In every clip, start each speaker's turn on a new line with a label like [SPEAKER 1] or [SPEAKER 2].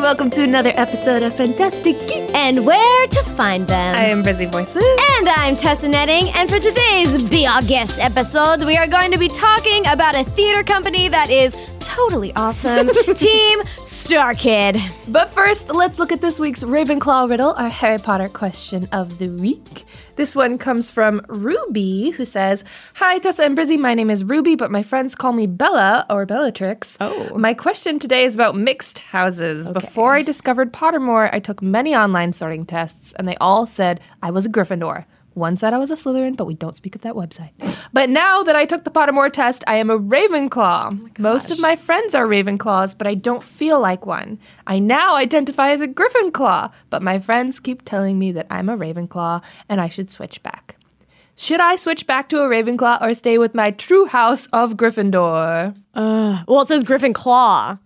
[SPEAKER 1] welcome to another episode of Fantastic Geek.
[SPEAKER 2] and where to find them.
[SPEAKER 1] I am Busy Voices.
[SPEAKER 2] and I'm Tessa Netting, and for today's Be Our Guest episode, we are going to be talking about a theater company that is totally awesome Team Star Kid.
[SPEAKER 1] But first, let's look at this week's Ravenclaw riddle, our Harry Potter question of the week. This one comes from Ruby, who says, Hi, Tessa and Brizzy. My name is Ruby, but my friends call me Bella or Bellatrix.
[SPEAKER 2] Oh.
[SPEAKER 1] My question today is about mixed houses. Before I discovered Pottermore, I took many online sorting tests, and they all said I was a Gryffindor. One said I was a Slytherin, but we don't speak of that website. But now that I took the Pottermore test, I am a Ravenclaw. Most of Oh my friends are Ravenclaws, but I don't feel like one. I now identify as a Gryffindor, but my friends keep telling me that I'm a Ravenclaw and I should switch back. Should I switch back to a Ravenclaw or stay with my true house of Gryffindor?
[SPEAKER 3] Well, it says Griffin Claw.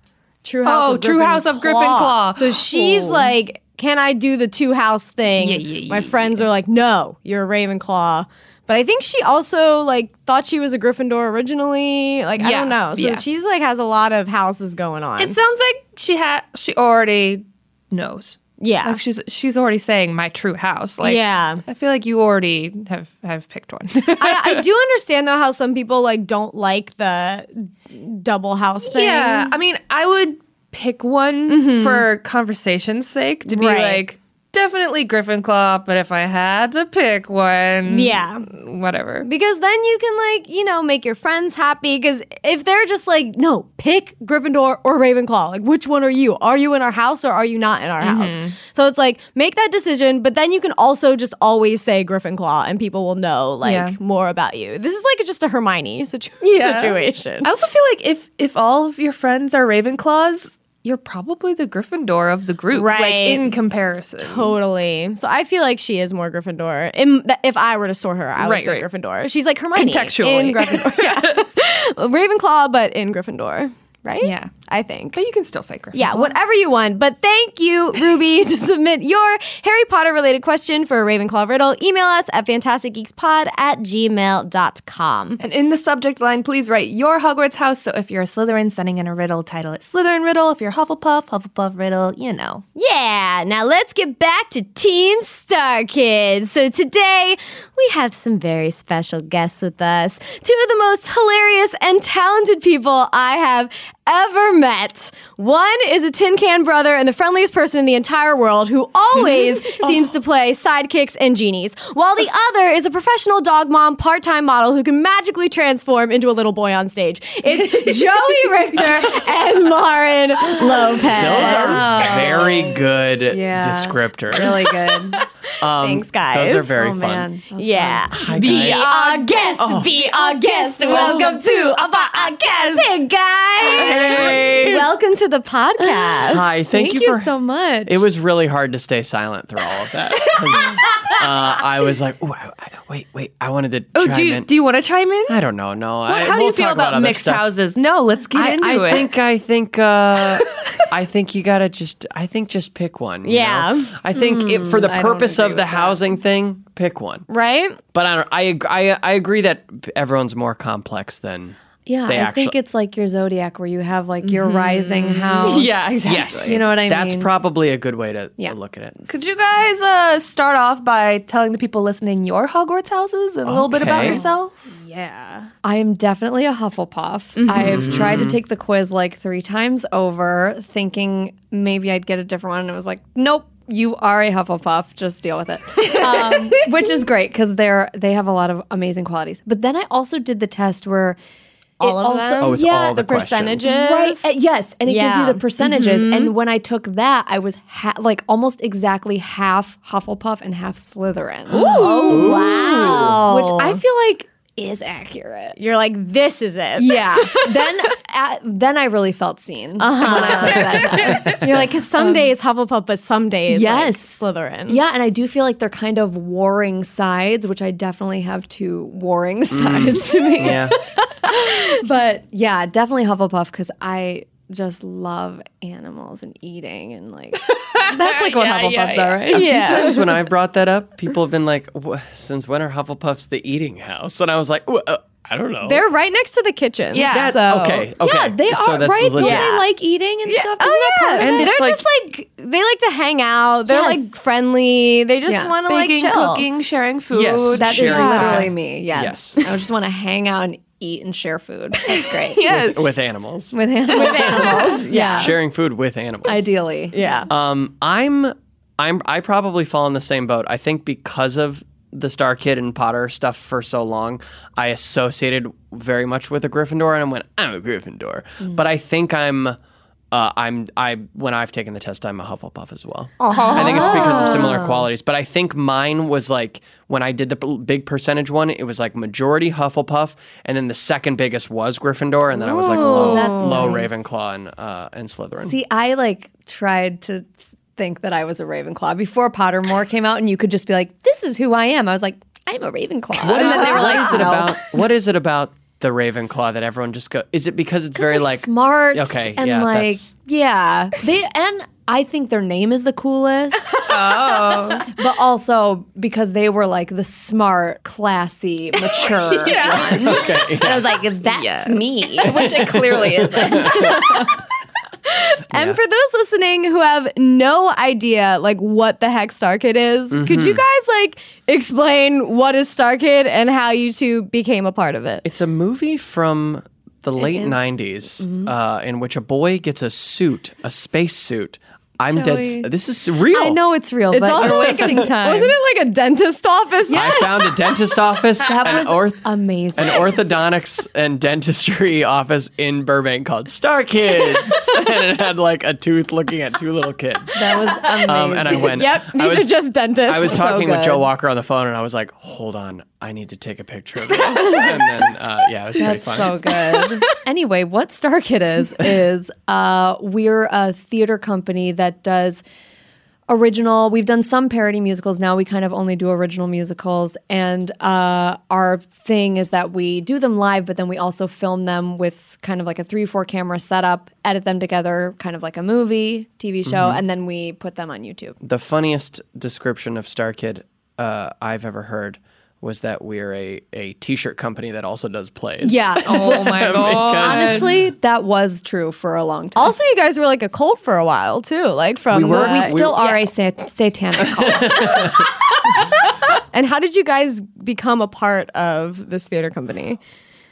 [SPEAKER 3] True House.
[SPEAKER 1] Oh,
[SPEAKER 3] of
[SPEAKER 1] True
[SPEAKER 3] Griffin
[SPEAKER 1] House of
[SPEAKER 3] Claw.
[SPEAKER 1] Gryffindor.
[SPEAKER 3] So she's
[SPEAKER 1] Oh.
[SPEAKER 3] like, "Can I do the two house thing?"
[SPEAKER 1] Yeah, yeah,
[SPEAKER 3] My
[SPEAKER 1] yeah,
[SPEAKER 3] friends are like, "No, you're a Ravenclaw." But I think she also like thought she was a Gryffindor originally. Like I
[SPEAKER 1] Yeah,
[SPEAKER 3] don't know. So
[SPEAKER 1] yeah.
[SPEAKER 3] she's like has a lot of houses going on.
[SPEAKER 1] It sounds like she had she already knows.
[SPEAKER 3] yeah.
[SPEAKER 1] Like she's she's already saying my true house. Like
[SPEAKER 3] yeah.
[SPEAKER 1] I feel like you already have have picked one.
[SPEAKER 3] I, I do understand though how some people like don't like the double house thing. Mm-hmm.
[SPEAKER 1] yeah. I mean, I would pick one for conversation's sake to be
[SPEAKER 3] Right.
[SPEAKER 1] like definitely Gryffindor, but if I had to pick one,
[SPEAKER 3] Yeah. Mm-hmm.
[SPEAKER 1] whatever.
[SPEAKER 3] Because then you can like, you know, make your friends happy. Because if they're just like, no, pick Gryffindor or Ravenclaw, like which one are you? Are you in our house or are you not in our house? So it's like make that decision, but then you can also just always say Gryffindor, and people will know like
[SPEAKER 1] Yeah.
[SPEAKER 3] more about you. This is like just a Hermione situ-
[SPEAKER 1] Yeah.
[SPEAKER 3] situation.
[SPEAKER 1] I also feel like if if all of your friends are Ravenclaws, you're probably the Gryffindor of the group, Like
[SPEAKER 3] Right.
[SPEAKER 1] in comparison,
[SPEAKER 3] Totally. So I feel like she is more Gryffindor. In, if I were to sort her, I would
[SPEAKER 1] Right, right.
[SPEAKER 3] say Gryffindor. She's like Hermione
[SPEAKER 1] Contextually.
[SPEAKER 3] in Gryffindor, yeah. Ravenclaw, but in Gryffindor, right?
[SPEAKER 1] Yeah.
[SPEAKER 3] I think.
[SPEAKER 1] but you can still say Gryffindor.
[SPEAKER 3] Yeah, whatever you want. But thank you, Ruby, to submit your Harry Potter related question for Ravenclaw Riddle. Email us at fantasticgeekspod at gmail.com.
[SPEAKER 1] And in the subject line, please write your Hogwarts house. So if you're a Slytherin, sending in a riddle, title it Slytherin Riddle. If you're Hufflepuff, Hufflepuff Riddle, you know.
[SPEAKER 2] Yeah, now let's get back to Team Star Kids. So today we have some very special guests with us. Two of the most hilarious and talented people I have ever met. One is a tin can brother and the friendliest person in the entire world who always seems to play sidekicks and genies, while the other is a professional dog mom, part time model who can magically transform into a little boy on stage. It's Joey Richter and Lauren Lopez.
[SPEAKER 4] Those are
[SPEAKER 1] Oh.
[SPEAKER 4] very good descriptors. Really good.
[SPEAKER 3] Thanks, guys.
[SPEAKER 4] Um, Those are very
[SPEAKER 1] Oh,
[SPEAKER 4] fun.
[SPEAKER 3] Yeah. Oh,
[SPEAKER 2] Be
[SPEAKER 4] guys.
[SPEAKER 2] our guest. Be our guest. Welcome to our, our guest. Hey guys.
[SPEAKER 4] Hey.
[SPEAKER 2] Welcome to the podcast.
[SPEAKER 4] Hi, thank, you, for
[SPEAKER 1] so much.
[SPEAKER 4] It was really hard to stay silent through all of that. 'cause, uh, I was like, Ooh, I, I, wait, wait, I wanted to
[SPEAKER 1] oh,
[SPEAKER 4] chime
[SPEAKER 1] do you,
[SPEAKER 4] in.
[SPEAKER 1] do you want to chime in?
[SPEAKER 4] I don't know. No, I,
[SPEAKER 1] How do
[SPEAKER 4] we'll
[SPEAKER 1] you feel
[SPEAKER 4] talk
[SPEAKER 1] about,
[SPEAKER 4] other
[SPEAKER 1] mixed
[SPEAKER 4] stuff.
[SPEAKER 1] houses? No, let's get
[SPEAKER 4] I,
[SPEAKER 1] into
[SPEAKER 4] I
[SPEAKER 1] it.
[SPEAKER 4] think I think uh, I think you gotta just I think just pick one. you
[SPEAKER 3] Yeah.
[SPEAKER 4] know? I think it, for the
[SPEAKER 1] Mm, I don't
[SPEAKER 4] purpose
[SPEAKER 1] agree
[SPEAKER 4] of
[SPEAKER 1] with
[SPEAKER 4] the
[SPEAKER 1] that.
[SPEAKER 4] housing thing, pick one.
[SPEAKER 3] Right?
[SPEAKER 4] But I don't. I ag- I I agree that everyone's more complex than
[SPEAKER 5] Yeah,
[SPEAKER 4] they
[SPEAKER 5] I think
[SPEAKER 4] actu-
[SPEAKER 5] it's like your zodiac where you have like your
[SPEAKER 4] Mm-hmm.
[SPEAKER 5] rising house.
[SPEAKER 1] yeah, exactly.
[SPEAKER 4] Yes.
[SPEAKER 5] You know what I
[SPEAKER 4] That's
[SPEAKER 5] mean?
[SPEAKER 4] probably a good way to
[SPEAKER 5] Yeah.
[SPEAKER 4] look at it.
[SPEAKER 1] Could you guys uh, start off by telling the people listening your Hogwarts houses and a little bit about
[SPEAKER 4] Okay.
[SPEAKER 1] yourself?
[SPEAKER 5] I am definitely a Hufflepuff.
[SPEAKER 3] Mm-hmm.
[SPEAKER 5] I've tried
[SPEAKER 4] Mm-hmm.
[SPEAKER 5] to take the quiz like three times over, thinking maybe I'd get a different one. And it was like, nope, you are a Hufflepuff. Just deal with it. Um, which is great because they're they have a lot of amazing qualities. But then I also did the test where
[SPEAKER 3] All
[SPEAKER 5] it
[SPEAKER 3] of
[SPEAKER 5] also,
[SPEAKER 3] them?
[SPEAKER 4] Oh, it's
[SPEAKER 5] yeah,
[SPEAKER 4] all the,
[SPEAKER 3] percentages.
[SPEAKER 4] Questions.
[SPEAKER 5] Right. uh, yes, and it gives
[SPEAKER 3] Yeah. Mm-hmm.
[SPEAKER 5] you the percentages. And when I took that, I was ha- like almost exactly half Hufflepuff and half Slytherin.
[SPEAKER 3] Oh, wow.
[SPEAKER 5] Which I feel like is accurate.
[SPEAKER 3] You're like, this is it.
[SPEAKER 5] Yeah. then uh, then I really felt seen when I took that test.
[SPEAKER 3] You're like, because some days Hufflepuff, but some days
[SPEAKER 5] Um, Yes.
[SPEAKER 3] like, Slytherin.
[SPEAKER 5] Yeah, and I do feel like they're kind of warring sides, which I definitely have two warring sides to me.
[SPEAKER 4] Yeah.
[SPEAKER 5] But yeah, definitely Hufflepuff because I just love animals and eating and like that's like what Hufflepuffs are, right?
[SPEAKER 4] A few times when I brought that up, people have been like, "Wha- "Since when are Hufflepuffs the eating house?" And I was like, "Wha- uh, I don't know.
[SPEAKER 6] They're right next to the kitchen.
[SPEAKER 1] Yeah.
[SPEAKER 6] Yeah.
[SPEAKER 1] That-
[SPEAKER 6] So.
[SPEAKER 4] okay. Okay.
[SPEAKER 5] Yeah, they
[SPEAKER 4] so
[SPEAKER 5] are
[SPEAKER 4] that's
[SPEAKER 5] right.
[SPEAKER 4] Legit.
[SPEAKER 5] Don't they like eating and stuff? Isn't
[SPEAKER 6] Oh
[SPEAKER 5] that
[SPEAKER 6] yeah,
[SPEAKER 5] part of
[SPEAKER 4] And
[SPEAKER 5] it?
[SPEAKER 6] they're
[SPEAKER 4] it's like-
[SPEAKER 6] just like they like to hang out. They're
[SPEAKER 5] Yes.
[SPEAKER 6] like friendly. They just
[SPEAKER 5] Yeah.
[SPEAKER 6] want to like
[SPEAKER 1] Baking,
[SPEAKER 6] chill.
[SPEAKER 1] cooking, sharing food.
[SPEAKER 4] Yes.
[SPEAKER 5] That is
[SPEAKER 4] Sharing
[SPEAKER 1] food.
[SPEAKER 5] literally me. Yes.
[SPEAKER 4] Yes.
[SPEAKER 5] I just want to hang out and eat and share food. That's great.
[SPEAKER 1] Yes.
[SPEAKER 4] with animals.
[SPEAKER 5] With animals. yeah.
[SPEAKER 4] Sharing food with animals.
[SPEAKER 5] Ideally.
[SPEAKER 6] Yeah.
[SPEAKER 4] Um, I'm, I'm, I probably fall in the same boat. I think because of the Star Kid and Potter stuff for so long, I associated very much with a Gryffindor, and I went, I'm a Gryffindor.
[SPEAKER 5] Mm.
[SPEAKER 4] But I think I'm, uh, I'm, I when I've taken the test, I'm a Hufflepuff as well. I think it's because of similar qualities. But I think mine was like when I did the p- big percentage one, it was like majority Hufflepuff, and then the second biggest was Gryffindor, and then I was like low,
[SPEAKER 5] that's
[SPEAKER 4] low
[SPEAKER 5] nice.
[SPEAKER 4] Ravenclaw and uh, and Slytherin.
[SPEAKER 5] See, I like tried to s- think that I was a Ravenclaw before Pottermore came out, and you could just be like, "This is who I am." I was like, "I'm a Ravenclaw."
[SPEAKER 4] What
[SPEAKER 5] And
[SPEAKER 4] is
[SPEAKER 5] then
[SPEAKER 4] it,
[SPEAKER 5] they were
[SPEAKER 4] what
[SPEAKER 5] like,
[SPEAKER 4] is it
[SPEAKER 5] "No."
[SPEAKER 4] about? What is it about the Ravenclaw that everyone just go? Is it because it's very
[SPEAKER 5] They're
[SPEAKER 4] like
[SPEAKER 5] smart,
[SPEAKER 4] Okay,
[SPEAKER 5] and
[SPEAKER 4] yeah,
[SPEAKER 5] like
[SPEAKER 4] that's-
[SPEAKER 5] yeah, they and I think their name is the coolest.
[SPEAKER 1] Oh.
[SPEAKER 5] but also because they were like the smart, classy, mature ones. And I was like, that's
[SPEAKER 1] Yes.
[SPEAKER 5] me, which it clearly isn't.
[SPEAKER 6] And for those listening who have no idea like what the heck Star Kid is, could
[SPEAKER 4] Mm-hmm.
[SPEAKER 6] you guys like explain what is Star Kid and how you two became a part of it?
[SPEAKER 4] it's a movie from the late
[SPEAKER 5] is.
[SPEAKER 4] '90s
[SPEAKER 5] Mm-hmm.
[SPEAKER 4] uh, in which a boy gets a suit, a space suit. I'm dead.
[SPEAKER 5] Joey.
[SPEAKER 4] s- This is real.
[SPEAKER 5] I know it's real, Oh, but
[SPEAKER 6] also
[SPEAKER 5] you're
[SPEAKER 6] like a-
[SPEAKER 5] wasting time.
[SPEAKER 6] Wasn't it like a dentist office?
[SPEAKER 4] I found a dentist office,
[SPEAKER 5] that
[SPEAKER 4] an
[SPEAKER 5] was
[SPEAKER 4] orth,
[SPEAKER 5] amazing.
[SPEAKER 4] an orthodontics and dentistry office in Burbank called Star Kids, and it had like a tooth looking at two little kids.
[SPEAKER 5] that was amazing.
[SPEAKER 4] Um, and I went.
[SPEAKER 6] Yep,
[SPEAKER 4] I
[SPEAKER 6] these
[SPEAKER 4] was-
[SPEAKER 6] are just dentists.
[SPEAKER 4] I was
[SPEAKER 6] So
[SPEAKER 4] talking with
[SPEAKER 6] good.
[SPEAKER 4] Joe Walker on the phone, and I was like, "Hold on, I need to take a picture of this." and then, uh, yeah, it was pretty
[SPEAKER 5] That's
[SPEAKER 4] funny.
[SPEAKER 5] so good. anyway, what Star Kid is is uh, we're a theater company that does original. We've done some parody musicals now. We kind of only do original musicals, and uh, our thing is that we do them live, but then we also film them with kind of like a three four camera setup, edit them together, kind of like a movie, TV show, and then we put them on YouTube.
[SPEAKER 4] The funniest description of Star Kid uh, I've ever heard was that we're a, a t-shirt company that also does plays.
[SPEAKER 5] Yeah.
[SPEAKER 1] Oh my god.
[SPEAKER 5] Honestly, that was true for a long time.
[SPEAKER 6] Also, you guys were like a cult for a while too, like from
[SPEAKER 4] We were.
[SPEAKER 6] uh,
[SPEAKER 5] we
[SPEAKER 4] We-
[SPEAKER 5] still are a sat- satanic cult.
[SPEAKER 6] And how did you guys become a part of this theater company?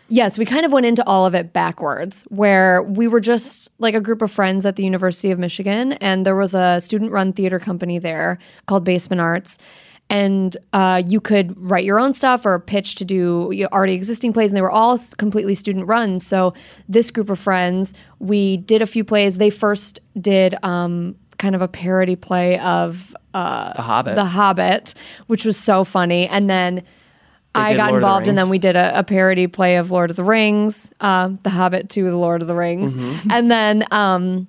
[SPEAKER 5] Yes, we kind of went into all of it backwards, where we were just like a group of friends at the University of Michigan, and there was a student run theater company there called Basement Arts. And uh, you could write your own stuff or pitch to do your already existing plays, and they were all s- completely student run. So, this group of friends, we did a few plays. They first did um, kind of a parody play of uh,
[SPEAKER 4] The Hobbit.
[SPEAKER 5] The Hobbit, which was so funny. And then I
[SPEAKER 4] did
[SPEAKER 5] got
[SPEAKER 4] Lord of the
[SPEAKER 5] involved, and then
[SPEAKER 4] Rings.
[SPEAKER 5] we did a, a parody play of Lord of the Rings, uh, The Hobbit to The Lord of the Rings,
[SPEAKER 4] Mm-hmm.
[SPEAKER 5] and then um,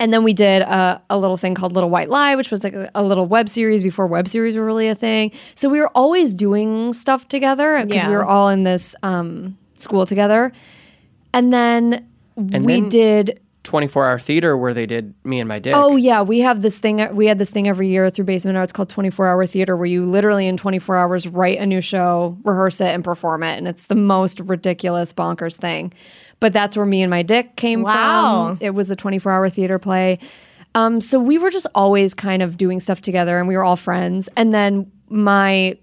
[SPEAKER 5] and then we did a, a little thing called Little White Lie, which was like a, a little web series before web series were really a thing. So we were always doing stuff together because
[SPEAKER 6] Yeah.
[SPEAKER 5] we were all in this um, school together, and then we
[SPEAKER 4] then-
[SPEAKER 5] did
[SPEAKER 4] 24-hour theater where they did me and my dick.
[SPEAKER 5] Oh yeah, we have this thing. uh, We had this thing every year through Basement Arts called 24 Hour Theater, where you literally in 24 hours write a new show, rehearse it, and perform it, and it's the most ridiculous, bonkers thing. But that's where me and my dick came
[SPEAKER 6] Wow.
[SPEAKER 5] from. It was a 24 hour theater play. Um, so we were just always kind of doing stuff together, and we were all friends. And then my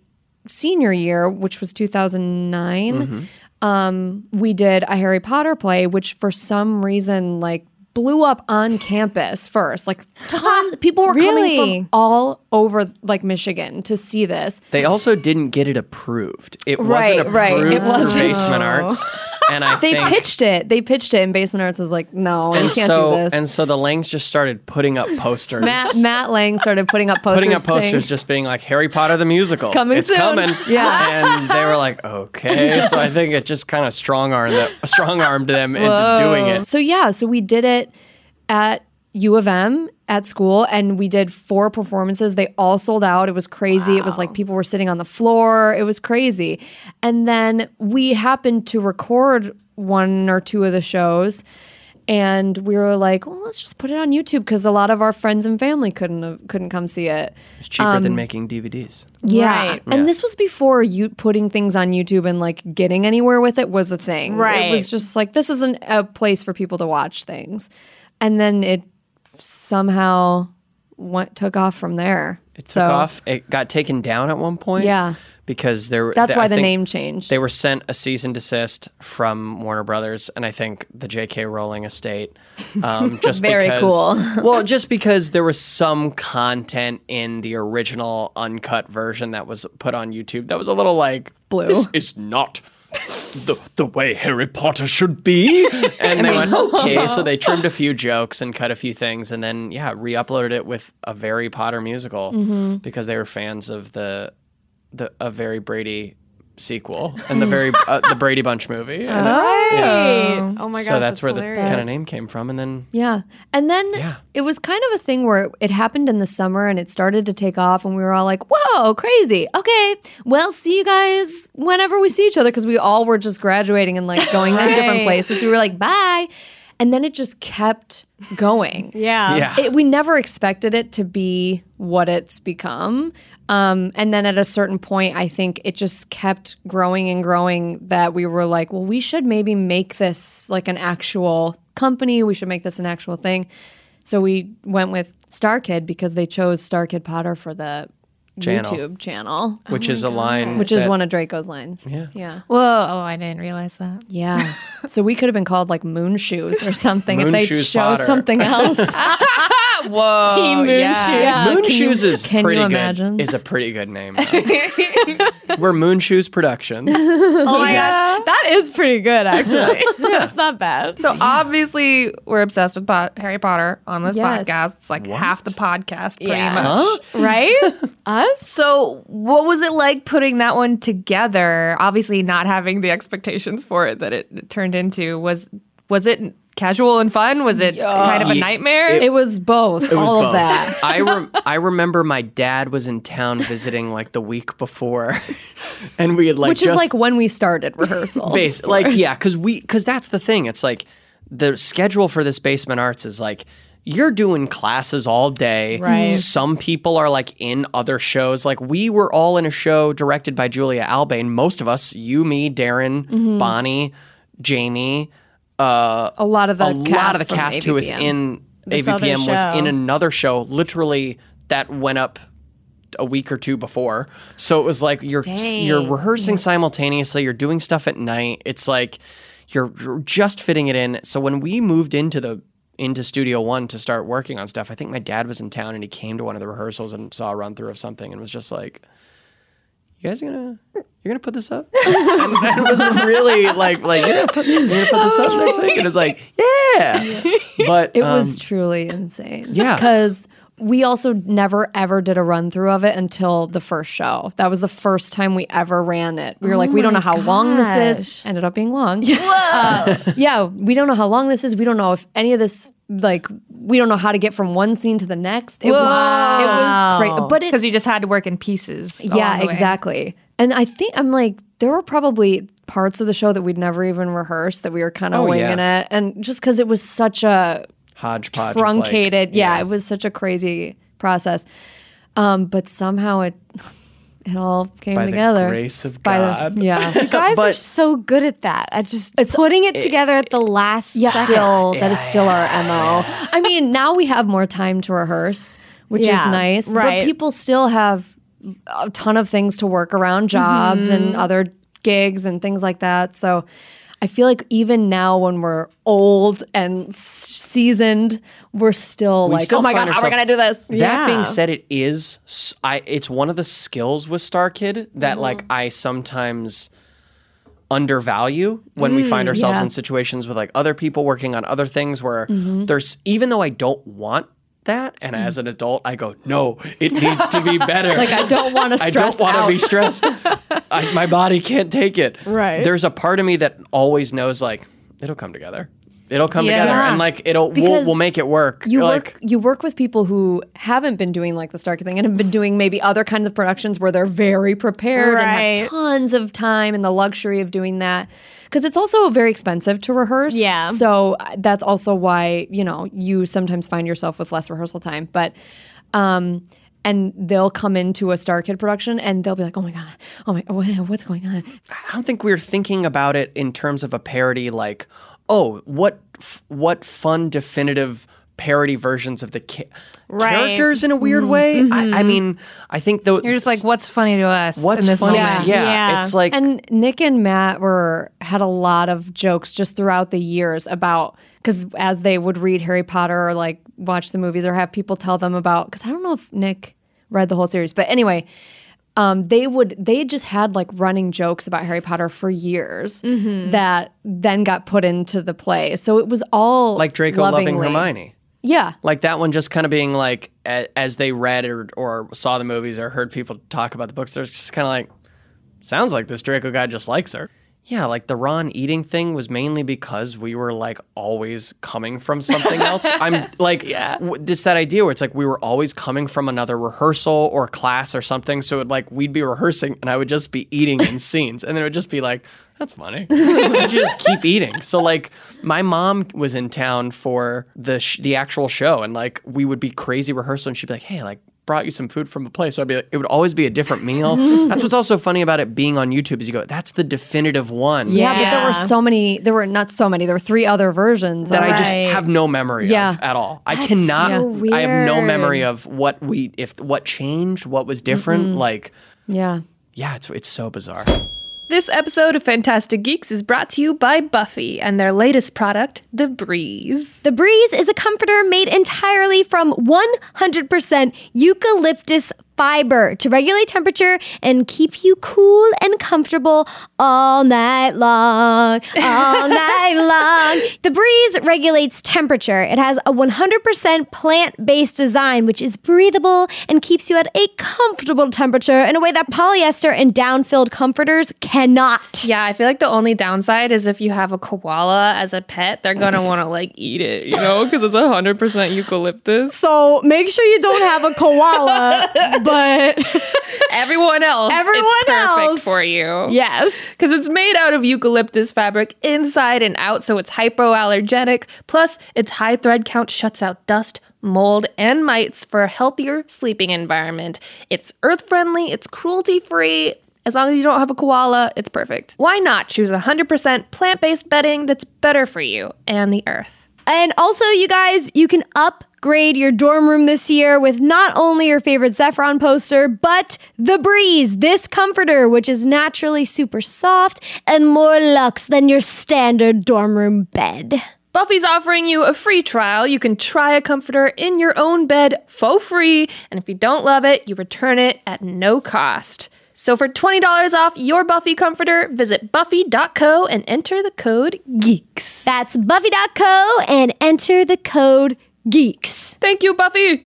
[SPEAKER 5] senior year, which was 2009 um, we did a Harry Potter play, which for some reason like blew up on campus first. Like tons, people were coming
[SPEAKER 6] Really?
[SPEAKER 5] from all over like Michigan to see this.
[SPEAKER 4] They also didn't get it approved. It
[SPEAKER 5] Right,
[SPEAKER 4] wasn't approved
[SPEAKER 5] right, it
[SPEAKER 4] for
[SPEAKER 5] wasn't.
[SPEAKER 4] Basement Arts. And I
[SPEAKER 5] They
[SPEAKER 4] think
[SPEAKER 5] pitched it. They pitched it, and Basement Arts was like, "No, you can't
[SPEAKER 4] so,
[SPEAKER 5] do this."
[SPEAKER 4] And so the Langs just started putting up posters.
[SPEAKER 5] Matt, Matt Lang started putting up posters.
[SPEAKER 4] putting up posters,
[SPEAKER 5] saying-
[SPEAKER 4] just being like Harry Potter the musical,
[SPEAKER 6] Coming
[SPEAKER 4] it's
[SPEAKER 6] soon.
[SPEAKER 4] coming.
[SPEAKER 5] Yeah.
[SPEAKER 4] and they were like, okay. So I think it just kind of strong armed them, strong armed them into doing it.
[SPEAKER 5] So yeah, so we did it at U of M at school, and we did four performances. They all sold out. It was crazy. It was like people were sitting on the floor. It was crazy. And then we happened to record one or two of the shows. and we were like, well, let's just put it on YouTube because a lot of our friends and family couldn't have, couldn't come see it.
[SPEAKER 4] It's cheaper than making DVDs.
[SPEAKER 5] Yeah.
[SPEAKER 2] Right.
[SPEAKER 5] And this was before you putting things on YouTube and like getting anywhere with it was a thing.
[SPEAKER 2] Right.
[SPEAKER 5] It was just like this isn't a place for people to watch things. And then it somehow went took off from there.
[SPEAKER 4] It took off. It got taken down at one point.
[SPEAKER 5] Yeah.
[SPEAKER 4] Because there were-
[SPEAKER 5] That's
[SPEAKER 4] th- I
[SPEAKER 5] why the
[SPEAKER 4] think
[SPEAKER 5] name changed.
[SPEAKER 4] They were sent a cease and desist from Warner Brothers, and I think the J.K. Rowling estate. Um, just
[SPEAKER 5] Very
[SPEAKER 4] because,
[SPEAKER 5] cool.
[SPEAKER 4] well, just because there was some content in the original uncut version that was put on YouTube that was a little like
[SPEAKER 5] Blue.
[SPEAKER 4] This is not. The, the way Harry Potter should be. And they went, okay. So they trimmed a few jokes and cut a few things and then, yeah, re uploaded it with a Harry Potter musical
[SPEAKER 5] Mm-hmm.
[SPEAKER 4] because they were fans of the the a very Brady sequel and the very uh, the Brady Bunch movie. And,
[SPEAKER 1] Oh,
[SPEAKER 4] uh,
[SPEAKER 6] Right. Oh my gosh.
[SPEAKER 4] so that's, where
[SPEAKER 6] hilarious.
[SPEAKER 4] the kind of name came from. And then
[SPEAKER 5] Yeah. And then
[SPEAKER 4] Yeah.
[SPEAKER 5] it was kind of a thing where it, it happened in the summer and it started to take off, and we were all like, whoa, crazy. Okay. Well, see you guys whenever we see each other because we all were just graduating and like going to different
[SPEAKER 6] Right.
[SPEAKER 5] places. We were like, bye. And then it just kept going.
[SPEAKER 6] Yeah.
[SPEAKER 4] yeah,
[SPEAKER 5] It, we never expected it to be what it's become. Um, and then at a certain point, I think it just kept growing and growing that we were like, well, we should maybe make this like an actual company. We should make this an actual thing. So we went with Star Kid because they chose Star Kid Potter for the
[SPEAKER 4] Channel.
[SPEAKER 5] YouTube channel,
[SPEAKER 4] which is a line
[SPEAKER 5] which is
[SPEAKER 4] that-
[SPEAKER 5] one of Draco's lines.
[SPEAKER 4] Yeah.
[SPEAKER 5] Yeah.
[SPEAKER 1] Whoa! Oh, I didn't realize that.
[SPEAKER 5] Yeah. so we could have been called like Moon Shoes or something
[SPEAKER 4] Moon
[SPEAKER 5] if they
[SPEAKER 4] Shoes
[SPEAKER 5] chose
[SPEAKER 4] Potter.
[SPEAKER 5] something else.
[SPEAKER 1] Whoa! Team Moon
[SPEAKER 5] Yeah.
[SPEAKER 4] Moon
[SPEAKER 5] uh, Can you-
[SPEAKER 4] Shoes is
[SPEAKER 5] can you
[SPEAKER 4] pretty
[SPEAKER 5] imagine?
[SPEAKER 4] good. Is a pretty good name. though. We're Moon Shoes Productions.
[SPEAKER 6] Oh my gosh. That is pretty good, actually. That's not bad.
[SPEAKER 1] So obviously, we're obsessed with pot- Harry Potter on this
[SPEAKER 5] Yes.
[SPEAKER 1] podcast. It's like half the podcast, pretty
[SPEAKER 2] Yeah.
[SPEAKER 1] much.
[SPEAKER 4] Huh?
[SPEAKER 6] right? Us?
[SPEAKER 1] So, what was it like putting that one together? Obviously, not having the expectations for it that it turned into was was it casual and fun? Was it kind of a
[SPEAKER 4] Ye-
[SPEAKER 1] nightmare?
[SPEAKER 5] It was both.
[SPEAKER 4] It was
[SPEAKER 5] all
[SPEAKER 4] both.
[SPEAKER 5] of that.
[SPEAKER 4] I rem- I remember my dad was in town visiting like the week before, and we had like
[SPEAKER 5] which
[SPEAKER 4] just
[SPEAKER 5] is like when we started rehearsals.
[SPEAKER 4] base like yeah because we because that's the thing it's like the schedule for this basement arts is like you're doing classes all day
[SPEAKER 6] Right.
[SPEAKER 4] some people are like in other shows like we were all in a show directed by julia albane most of us you me darren bonnie jamie uh
[SPEAKER 5] a lot of the
[SPEAKER 4] a
[SPEAKER 5] cast
[SPEAKER 4] lot of the
[SPEAKER 5] from
[SPEAKER 4] cast who was
[SPEAKER 5] ABPM.
[SPEAKER 4] in
[SPEAKER 6] This other
[SPEAKER 4] AVPM was
[SPEAKER 6] show.
[SPEAKER 4] in another show literally that went up a week or two before. So it was like you're you're rehearsing simultaneously, you're doing stuff at night. It's like you're, you're just fitting it in. So when we moved into the into Studio One to start working on stuff, I think my dad was in town and he came to one of the rehearsals and saw a run through of something and was just like, "You guys gonna you're gonna put this up?" and, and it was really like like you're gonna put, you're gonna put this up next week, and it's like yeah, but
[SPEAKER 5] It
[SPEAKER 4] um,
[SPEAKER 5] was truly insane.
[SPEAKER 4] Yeah.
[SPEAKER 5] because we also never ever did a run through of it until the first show. That was the first time we ever ran it.
[SPEAKER 4] Oh
[SPEAKER 5] We were like, we don't know how long this is. Ended up being long. Yeah. yeah, we don't know how long this is. We don't know if any of this like we don't know how to get from one scene to the next. It was it was crazy, but it
[SPEAKER 1] because you just had to work in pieces. along
[SPEAKER 5] Yeah,
[SPEAKER 1] the way.
[SPEAKER 5] exactly. And I think I'm like, there were probably parts of the show that we'd never even rehearsed that we were kind of
[SPEAKER 4] Oh,
[SPEAKER 5] winging it. And just because it was such a
[SPEAKER 4] hodgepodge of, like-
[SPEAKER 5] truncated, yeah, it was such a crazy process. Um, but somehow it it all came
[SPEAKER 4] By the
[SPEAKER 5] together.
[SPEAKER 4] grace of
[SPEAKER 5] By the-
[SPEAKER 4] God.
[SPEAKER 5] yeah.
[SPEAKER 6] Guys are
[SPEAKER 4] But-
[SPEAKER 6] so good at that. I just putting it together at the last
[SPEAKER 5] Yeah,
[SPEAKER 6] second.
[SPEAKER 5] still that is still our MO. I mean, now we have more time to rehearse, which
[SPEAKER 6] Yeah,
[SPEAKER 5] is nice.
[SPEAKER 6] right.
[SPEAKER 5] But people still have a ton of things to work around jobs and other gigs and things like that. So I feel like even now when we're old and s- seasoned, we're still like,
[SPEAKER 4] still
[SPEAKER 5] oh my
[SPEAKER 4] find
[SPEAKER 5] god, how are we
[SPEAKER 4] ourselves-
[SPEAKER 5] gonna do this?
[SPEAKER 4] That
[SPEAKER 6] Yeah.
[SPEAKER 4] being said, it is s- I it's one of the skills with Star Kid that like
[SPEAKER 5] Mm-hmm.
[SPEAKER 4] I sometimes undervalue when we find ourselves
[SPEAKER 5] Mm, yeah. Mm-hmm.
[SPEAKER 4] in situations with like other people working on other things where there's even though I don't want that and as an adult I go no it needs to be better
[SPEAKER 5] Mm. Like I don't want to
[SPEAKER 4] I
[SPEAKER 5] stress
[SPEAKER 4] don't want
[SPEAKER 5] out.
[SPEAKER 4] to be stressed. I, my body can't take it.
[SPEAKER 6] Right.
[SPEAKER 4] There's a part of me that always knows, like, it'll come together. It'll come
[SPEAKER 5] Yeah.
[SPEAKER 4] together, and like it'll we'll,
[SPEAKER 5] Because
[SPEAKER 4] we'll make it work.
[SPEAKER 5] You
[SPEAKER 4] like,
[SPEAKER 5] work you work with people who haven't been doing like the Stark thing and have been doing maybe other kinds of productions where they're very prepared and
[SPEAKER 3] Right.
[SPEAKER 5] have tons of time and the luxury of doing that. Because it's also very expensive to rehearse.
[SPEAKER 3] Yeah.
[SPEAKER 5] So uh, that's also why, you know, you sometimes find yourself with less rehearsal time. But um and they'll come into a Star Kid production and they'll be like, oh my God, oh my, wha- what's going on?
[SPEAKER 4] I don't think we were thinking about it in terms of a parody like, oh, what f- what fun definitive parody versions of the ca- characters in a weird
[SPEAKER 5] Mm-hmm.
[SPEAKER 4] way. I, I mean, I think though
[SPEAKER 1] You're just like, what's funny to us?
[SPEAKER 4] what's
[SPEAKER 1] in this
[SPEAKER 4] funny?
[SPEAKER 1] Moment?
[SPEAKER 4] Yeah.
[SPEAKER 3] Yeah.
[SPEAKER 4] it's like
[SPEAKER 5] and Nick and Matt were had a lot of jokes just throughout the years about because as they would read Harry Potter or like watch the movies or have people tell them about because I don't know if Nick read the whole series, but anyway, um, they would they just had like running jokes about Harry Potter for years that then got put into the play. So it was all
[SPEAKER 4] like Draco
[SPEAKER 5] lovingly.
[SPEAKER 4] loving Hermione.
[SPEAKER 5] Yeah,
[SPEAKER 4] Like that one, just kind of being like, a, as they read or, or saw the movies or heard people talk about the books, they're just kind of like, sounds like this Draco guy just likes her. Yeah, like the Ron eating thing was mainly because we were like always coming from something else. I'm like, yeah. w- it's that idea where it's like we were always coming from another rehearsal or class or something. So it like we'd be rehearsing and I would just be eating in scenes, and then it would just be like, that's funny. you just keep eating. So like, my mom was in town for the sh- the actual show, and like we would be crazy rehearsal, and she'd be like, hey, like brought you some food from a place. So I'd be like, it would always be a different meal. that's what's also funny about it being on YouTube is you go, that's the definitive one
[SPEAKER 5] yeah, but there
[SPEAKER 3] Yeah.
[SPEAKER 5] were so many. There were not so many. There were three other versions.
[SPEAKER 4] that
[SPEAKER 5] of
[SPEAKER 4] I
[SPEAKER 5] it.
[SPEAKER 4] just
[SPEAKER 3] Right.
[SPEAKER 4] have no memory
[SPEAKER 5] Yeah.
[SPEAKER 4] of at all. I cannot
[SPEAKER 3] so
[SPEAKER 4] I have no
[SPEAKER 3] weird.
[SPEAKER 4] memory of what we if what changed, what was different. Like
[SPEAKER 5] yeah.
[SPEAKER 4] yeah, it's it's so bizarre.
[SPEAKER 1] This episode of Fantastic Geeks is brought to you by Buffy and their latest product, The Breeze.
[SPEAKER 7] The Breeze is a comforter made entirely from 100% eucalyptus fiber to regulate temperature and keep you cool and comfortable all night long. All night long. The Breeze regulates temperature. It has a 100% plant based design, which is breathable and keeps you at a comfortable temperature in a way that polyester and down filled comforters cannot.
[SPEAKER 1] Yeah, I feel like the only downside is if you have a koala as a pet, they're gonna wanna like eat it, you know, because it's 100% eucalyptus.
[SPEAKER 3] So make sure you don't have a koala, but
[SPEAKER 1] Everyone else,
[SPEAKER 3] Everyone
[SPEAKER 1] it's perfect
[SPEAKER 3] else.
[SPEAKER 1] for you.
[SPEAKER 3] yes.
[SPEAKER 1] because it's made out of eucalyptus fabric inside and out, so it's hypoallergenic. Plus, its high thread count shuts out dust, mold, and mites for a healthier sleeping environment. It's earth friendly, it's cruelty free. As long as you don't have a koala, it's perfect. Why not choose 100% plant based bedding that's better for you and the earth?
[SPEAKER 3] And also, you guys, you can upgrade your dorm room this year with not only your favorite Zephron poster, but The Breeze, this comforter, which is naturally super soft and more luxe than your standard dorm room bed.
[SPEAKER 1] Buffy's offering you a free trial. You can try a comforter in your own bed for free, and if you don't love it, you return it at no cost. So for $20 off your Buffy comforter, visit buffy.co and enter the code GEEKS.
[SPEAKER 7] That's Buffy.co and enter the code GEEKS.
[SPEAKER 1] Thank you, Buffy.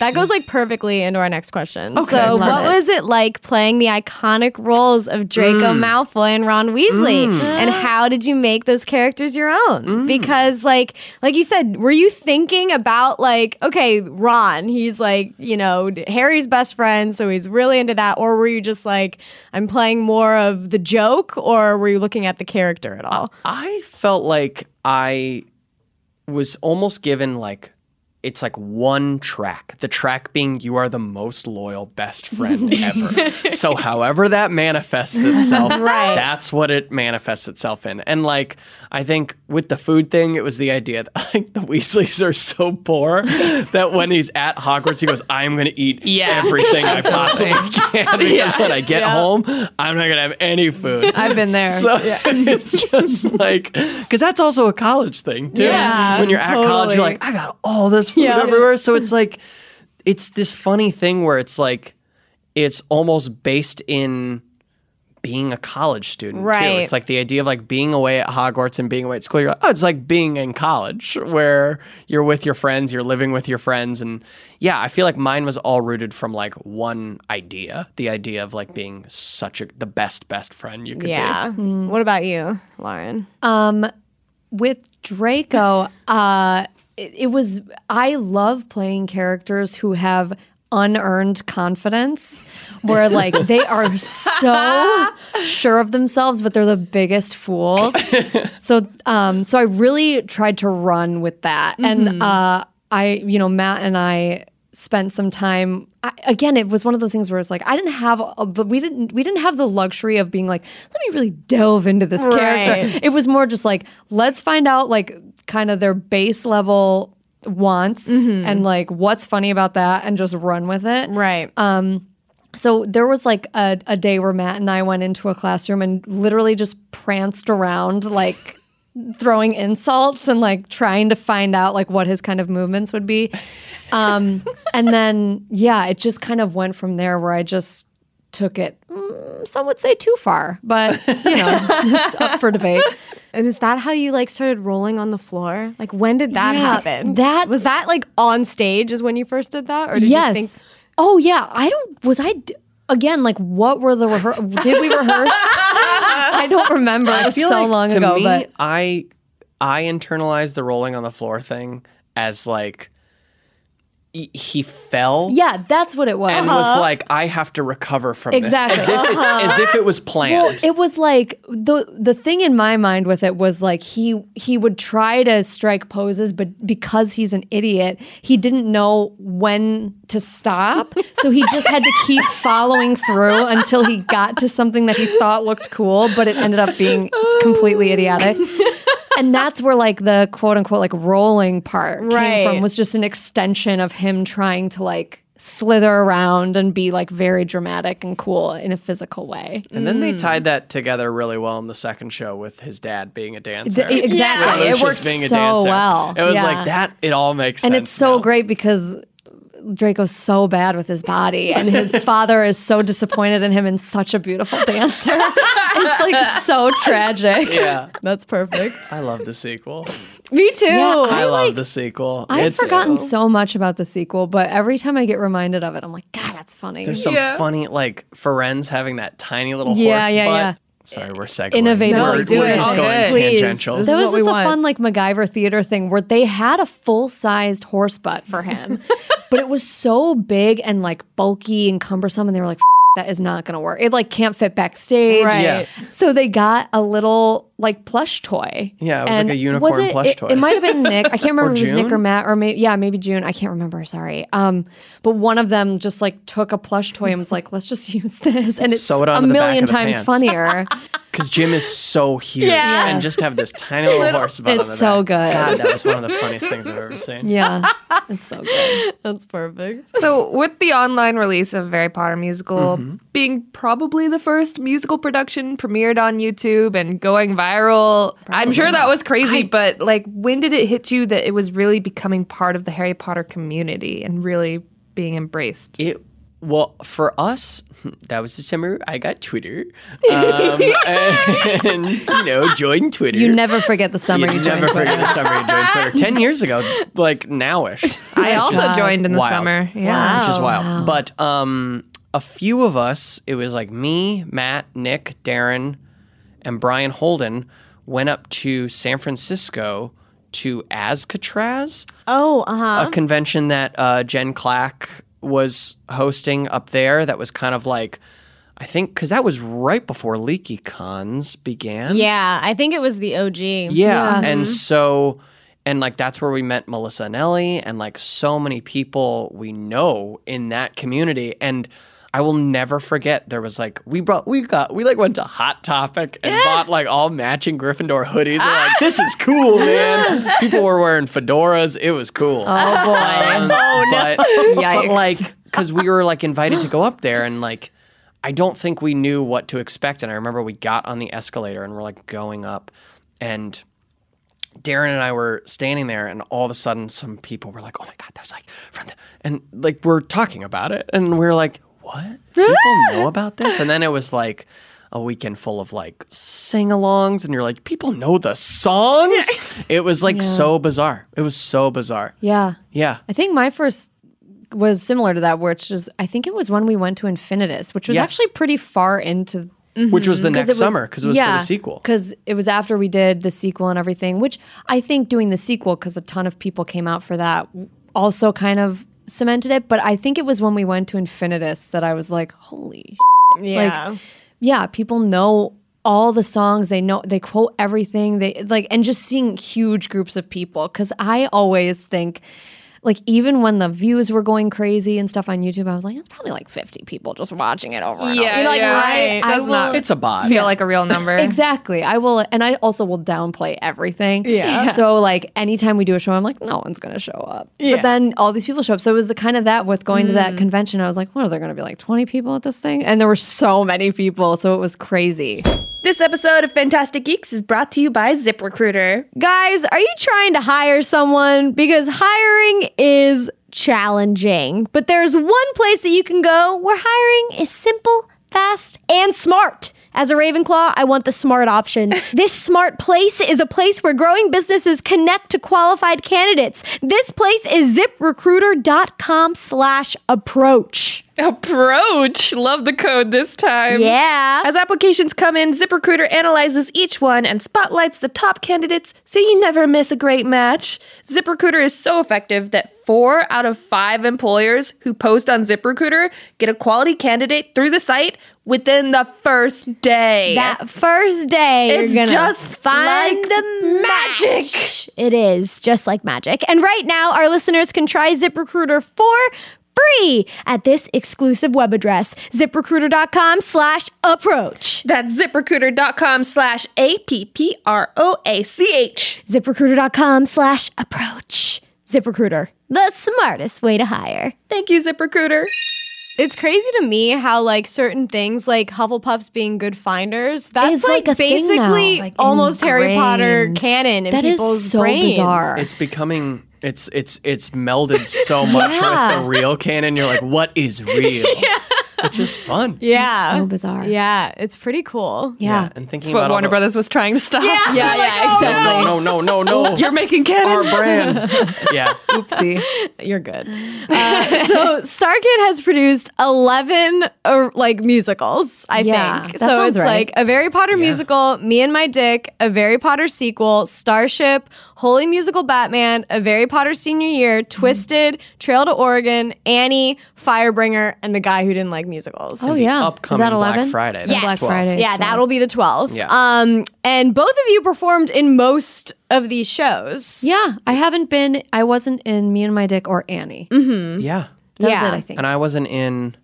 [SPEAKER 3] That goes like perfectly into our next question. so, what
[SPEAKER 7] it.
[SPEAKER 3] was it like playing the iconic roles of Draco
[SPEAKER 5] Mm.
[SPEAKER 3] Malfoy and Ron Weasley? And how did you make those characters your own?
[SPEAKER 5] Mm.
[SPEAKER 3] Because, like, like you said, were you thinking about like, okay, Ron, he's like, you know, d- Harry's best friend, so he's really into that, or were you just like, I'm playing more of the joke, or were you looking at the character at all?
[SPEAKER 4] I felt like I was almost given like it's like one track. The track being you are the most loyal best friend ever. so however that manifests itself, that's what it manifests itself in. And like I think with the food thing, it was the idea that like the Weasleys are so poor that when he's at Hogwarts, he goes, I'm gonna eat
[SPEAKER 1] Yeah.
[SPEAKER 4] everything I possibly can because when I get home, I'm not gonna have any food.
[SPEAKER 5] I've been there.
[SPEAKER 4] So it's just like, because that's also a college thing too.
[SPEAKER 3] Yeah,
[SPEAKER 4] when you're at college, you're
[SPEAKER 3] totally.
[SPEAKER 4] like, I got all this food
[SPEAKER 3] Yeah.
[SPEAKER 4] everywhere. So it's like, it's this funny thing where it's like, it's almost based in being a college student too.
[SPEAKER 3] Right.
[SPEAKER 4] It's like the idea of like being away at Hogwarts and being away at school. You're like, oh, it's like being in college where you're with your friends, you're living with your friends, and yeah, I feel like mine was all rooted from like one idea, the idea of like being such a the best best friend you could be.
[SPEAKER 3] Yeah. What about you, Lauren?
[SPEAKER 5] Um, with Draco, uh, it, it was. I love playing characters who have unearned confidence, where like they are so sure of themselves, but they're the biggest fools. So, um, so I really tried to run with that, and uh, I, you know, Matt and I spent some time. I, again, it was one of those things where it's like I didn't have, a, the- we didn't, we didn't have the luxury of being like, let me really delve into this character. It was more just like, let's find out like kind of their base level wants and like what's funny about that, and just run with it.
[SPEAKER 6] Right.
[SPEAKER 5] So there was like a, a day where Matt and I went into a classroom and literally just pranced around like throwing insults and like trying to find out like what his kind of movements would be. Um, and then yeah, it just kind of went from there where I just took it mm, some would say too far, but you know, it's up for debate.
[SPEAKER 6] and is that how you like started rolling on the floor? Like when did that
[SPEAKER 5] Yeah,
[SPEAKER 6] happen?
[SPEAKER 5] that-
[SPEAKER 6] was that like on stage is when you first did that, or did you
[SPEAKER 5] yes.
[SPEAKER 6] think
[SPEAKER 5] oh yeah, I don't was I d- again like what were the rehe- did we rehearse? I don't remember. It was so
[SPEAKER 4] feel like,
[SPEAKER 5] long
[SPEAKER 4] to
[SPEAKER 5] ago,
[SPEAKER 4] me,
[SPEAKER 5] but
[SPEAKER 4] I I internalized the rolling on the floor thing as like he, he fell.
[SPEAKER 5] Yeah, that's what it was.
[SPEAKER 4] And was like, I have to recover from
[SPEAKER 5] Exactly. Uh-huh.
[SPEAKER 4] this, as if it's as if it was
[SPEAKER 5] Well,
[SPEAKER 4] planned.
[SPEAKER 5] it was like the the thing in my mind with it was like he he would try to strike poses, but because he's an idiot, he didn't know when to stop, so he just had to keep following through until he got to something that he thought looked cool, but it ended up being completely idiotic. And that's where like the quote unquote like rolling part came
[SPEAKER 6] Right.
[SPEAKER 5] from was just an extension of him trying to like slither around and be like very dramatic and cool in a physical way.
[SPEAKER 4] and then
[SPEAKER 5] mm.
[SPEAKER 4] they tied that together really well in the second show with his dad being a dancer.
[SPEAKER 5] D- exactly.
[SPEAKER 4] With
[SPEAKER 5] It
[SPEAKER 4] Lucius
[SPEAKER 5] worked
[SPEAKER 4] being a
[SPEAKER 5] so
[SPEAKER 4] dancer.
[SPEAKER 5] well.
[SPEAKER 4] It was
[SPEAKER 5] Yeah.
[SPEAKER 4] like that. It all makes sense.
[SPEAKER 5] and it's so
[SPEAKER 4] now.
[SPEAKER 5] great because Draco's so bad with his body, and his father is so disappointed in him and such a beautiful dancer. it's like so tragic.
[SPEAKER 4] Yeah,
[SPEAKER 6] that's perfect?
[SPEAKER 4] I love the sequel.
[SPEAKER 6] Me too.
[SPEAKER 5] Yeah,
[SPEAKER 4] I,
[SPEAKER 5] I,
[SPEAKER 4] love
[SPEAKER 5] like-
[SPEAKER 4] the sequel.
[SPEAKER 5] I've
[SPEAKER 4] it's
[SPEAKER 5] forgotten so much about the sequel, but every time I get reminded of it, I'm like, God, that's funny.
[SPEAKER 4] There's some
[SPEAKER 1] Yeah.
[SPEAKER 4] funny like Ferenz having that tiny little
[SPEAKER 5] Yeah,
[SPEAKER 4] horse
[SPEAKER 5] yeah,
[SPEAKER 4] butt.
[SPEAKER 5] yeah.
[SPEAKER 4] Sorry, we're segueing.
[SPEAKER 5] Innovative.
[SPEAKER 4] We're,
[SPEAKER 5] No,
[SPEAKER 6] do
[SPEAKER 4] we're
[SPEAKER 6] it.
[SPEAKER 4] just
[SPEAKER 1] All
[SPEAKER 4] going
[SPEAKER 1] good.
[SPEAKER 6] Please.
[SPEAKER 4] tangential.
[SPEAKER 6] This
[SPEAKER 5] That
[SPEAKER 6] is
[SPEAKER 5] was
[SPEAKER 6] what we
[SPEAKER 5] just a
[SPEAKER 6] want.
[SPEAKER 5] fun like MacGyver theater thing where they had a full sized horse butt for him, but it was so big and like bulky and cumbersome, and they were like, "F- "That is not going to work. It like can't fit backstage."
[SPEAKER 6] Right.
[SPEAKER 4] Yeah.
[SPEAKER 5] So they got a little like plush toy.
[SPEAKER 4] Yeah, it was like
[SPEAKER 5] And
[SPEAKER 4] a unicorn
[SPEAKER 5] was it-
[SPEAKER 4] plush
[SPEAKER 5] it-
[SPEAKER 4] toy.
[SPEAKER 5] It might have been Nick. I can't remember if it was Nick or
[SPEAKER 4] June?
[SPEAKER 5] Matt or maybe yeah, maybe June. I can't remember. Sorry. Um, but one of them just like took a plush toy and was like, "Let's just use this," and it's
[SPEAKER 4] Sew it
[SPEAKER 5] a
[SPEAKER 4] onto the back of
[SPEAKER 5] million
[SPEAKER 4] the
[SPEAKER 5] times
[SPEAKER 4] pants.
[SPEAKER 5] funnier.
[SPEAKER 4] Because Jim is so huge
[SPEAKER 6] Yeah.
[SPEAKER 4] and just have this tiny little horse butt.
[SPEAKER 5] It's
[SPEAKER 4] on the
[SPEAKER 5] so
[SPEAKER 4] back.
[SPEAKER 5] good.
[SPEAKER 4] God, that was one of the funniest things I've ever seen.
[SPEAKER 5] yeah, it's so good.
[SPEAKER 6] That's perfect.
[SPEAKER 1] So, with the online release of Harry Potter Musical
[SPEAKER 4] Mm-hmm.
[SPEAKER 1] being probably the first musical production premiered on YouTube and going viral, I'm sure that was crazy, but like, when did it hit you that it was really becoming part of the Harry Potter community and really being embraced?
[SPEAKER 4] It well for us that was the summer I got Twitter, um, and you know joined Twitter.
[SPEAKER 5] You never forget the summer you,
[SPEAKER 4] You
[SPEAKER 5] joined
[SPEAKER 4] never
[SPEAKER 5] Twitter.
[SPEAKER 4] forget the summer you joined Twitter. Ten years ago, like nowish.
[SPEAKER 1] I also joined in the
[SPEAKER 4] Wild.
[SPEAKER 1] summer. Yeah.
[SPEAKER 4] which is
[SPEAKER 6] Oh,
[SPEAKER 4] wild. But um, a few of us, it was like me, Matt, Nick, Darren, and Brian Holden went up to San Francisco to Azcatraz,
[SPEAKER 6] Oh, uh huh.
[SPEAKER 4] a convention that uh, Jen Clack was hosting up there. That was kind of like, I think, because that was right before Leaky Cons began.
[SPEAKER 6] Yeah, I think it was the OG.
[SPEAKER 4] Yeah. Mm-hmm. And so, and like that's where we met Melissa and Ellie and like so many people we know in that community. And I will never forget there was like, we brought, we got, we like went to Hot Topic and bought like all matching Gryffindor hoodies. We're like, this is cool, man. people were wearing fedoras. It was cool. Oh boy. oh no. But, but
[SPEAKER 5] Yikes.
[SPEAKER 4] like, because we were like invited to go up there and like, I don't think we knew what to expect. And I remember we got on the escalator and we're like going up and Darren and I were standing there, and all of a sudden, some people were like, "Oh my god, that was like from the," and like we're talking about it, and we're like, "What? People know about this?" And then it was like a weekend full of like sing-alongs, and you're like, "People know the songs." It was like so bizarre. It was so bizarre.
[SPEAKER 5] Yeah.
[SPEAKER 4] Yeah,
[SPEAKER 5] I think my first was similar to that, which is I think it was when we went to Infinitus, which was
[SPEAKER 4] Yes.
[SPEAKER 5] actually pretty far into
[SPEAKER 4] which was the next
[SPEAKER 5] Mm-hmm. it was-
[SPEAKER 4] summer because it was for the sequel.
[SPEAKER 5] Because it was after we did the sequel and everything, which I think doing the sequel because a ton of people came out for that also kind of cemented it. But I think it was when we went to Infinitus that I was like, holy,
[SPEAKER 6] Yeah.
[SPEAKER 5] like, yeah, people know all the songs they know they quote everything they like and just seeing huge groups of people because i always think like even when the views were going crazy and stuff on youtube i was like it's probably like 50 people just watching it over and
[SPEAKER 1] Yeah,
[SPEAKER 5] over. like
[SPEAKER 1] yeah.
[SPEAKER 5] I,
[SPEAKER 1] Right.
[SPEAKER 5] I
[SPEAKER 1] Does
[SPEAKER 5] will-
[SPEAKER 1] not-
[SPEAKER 4] it's a bot.
[SPEAKER 1] Feel like a real number.
[SPEAKER 5] Exactly. I will, and I also will downplay everything.
[SPEAKER 6] Yeah.
[SPEAKER 5] So like, anytime we do a show, I'm like, no one's gonna show up.
[SPEAKER 6] Yeah.
[SPEAKER 5] But then all these people show up. So it was the kind of that with going to that convention. I was like, what are there gonna be like 20 people at this thing? And there were so many people, so it was crazy.
[SPEAKER 1] This episode of Fantastic Geeks is brought to you by ZipRecruiter.
[SPEAKER 6] Guys, are you trying to hire someone? Because hiring is challenging. But there's one place that you can go where hiring is simple, fast, and smart. As a Ravenclaw, I want the smart option. this smart place is a place where growing businesses connect to qualified candidates. This place is ziprecruiter.com slash approach.
[SPEAKER 1] Approach. Love the code this time.
[SPEAKER 6] Yeah.
[SPEAKER 1] As applications come in, ZipRecruiter analyzes each one and spotlights the top candidates so you never miss a great match. ZipRecruiter is so effective that four out of five employers who post on ZipRecruiter get a quality candidate through the site within the first day.
[SPEAKER 6] That first day,
[SPEAKER 1] It's
[SPEAKER 6] you're gonna
[SPEAKER 1] just
[SPEAKER 6] find
[SPEAKER 1] like
[SPEAKER 6] a magic. It is just like magic. And right now, our listeners can try ZipRecruiter for free at this exclusive web address, ziprecruiter.com slash approach.
[SPEAKER 1] That's ziprecruiter.com slash A P P R O A C H.
[SPEAKER 6] ziprecruiter.com slash approach. ZipRecruiter, the smartest way to hire.
[SPEAKER 1] Thank you, ZipRecruiter.
[SPEAKER 3] It's crazy to me how like certain things like Hufflepuffs being good finders, that's
[SPEAKER 5] It's like a thing now,
[SPEAKER 3] basically
[SPEAKER 5] like,
[SPEAKER 3] almost Harry Potter
[SPEAKER 1] ingrained.
[SPEAKER 3] canon in
[SPEAKER 5] That is
[SPEAKER 3] people's
[SPEAKER 5] so
[SPEAKER 3] brains.
[SPEAKER 5] bizarre.
[SPEAKER 4] it's becoming it's it's it's melded so much
[SPEAKER 5] Yeah.
[SPEAKER 4] with the real canon. You're like, what is real? It's just fun.
[SPEAKER 3] Yeah.
[SPEAKER 5] so bizarre.
[SPEAKER 3] Yeah, it's pretty cool.
[SPEAKER 5] yeah. Oh
[SPEAKER 4] and thinking
[SPEAKER 1] That's what
[SPEAKER 4] about all
[SPEAKER 1] Warner
[SPEAKER 4] the- Oh,
[SPEAKER 1] Brothers was trying to stop. Yeah.
[SPEAKER 5] Yeah, yeah, exactly.
[SPEAKER 4] No, no, no, no, no.
[SPEAKER 1] You're making canon.
[SPEAKER 4] our brand. yeah,
[SPEAKER 5] Oopsie. Oh,
[SPEAKER 3] You're good. Uh, so Starkid has produced 11 uh, like musicals, I
[SPEAKER 5] Yeah,
[SPEAKER 3] think.
[SPEAKER 5] that
[SPEAKER 3] so
[SPEAKER 5] sounds
[SPEAKER 3] it's
[SPEAKER 5] right.
[SPEAKER 3] like a Harry Potter musical, Me and My Dick, a Harry Potter sequel, Starship, Holy Musical Batman, a Harry Potter Senior Year,
[SPEAKER 5] Hmm.
[SPEAKER 3] Twisted, Trail to Oregon, Annie, Firebringer, and the guy who didn't like musicals.
[SPEAKER 5] Oh yeah.
[SPEAKER 4] upcoming
[SPEAKER 5] Is that
[SPEAKER 4] Black
[SPEAKER 5] 11?
[SPEAKER 4] Friday, that's
[SPEAKER 5] Black
[SPEAKER 4] 12.
[SPEAKER 5] Friday. is
[SPEAKER 3] Yeah,
[SPEAKER 5] 12.
[SPEAKER 3] that'll be the 12th.
[SPEAKER 4] Yeah.
[SPEAKER 3] Um, and both of you performed in most of these shows.
[SPEAKER 5] Yeah, I haven't been. I wasn't in Me and My Dick or Annie.
[SPEAKER 4] yeah.
[SPEAKER 5] That
[SPEAKER 3] Yeah.
[SPEAKER 5] was it, I think.
[SPEAKER 4] And I wasn't in.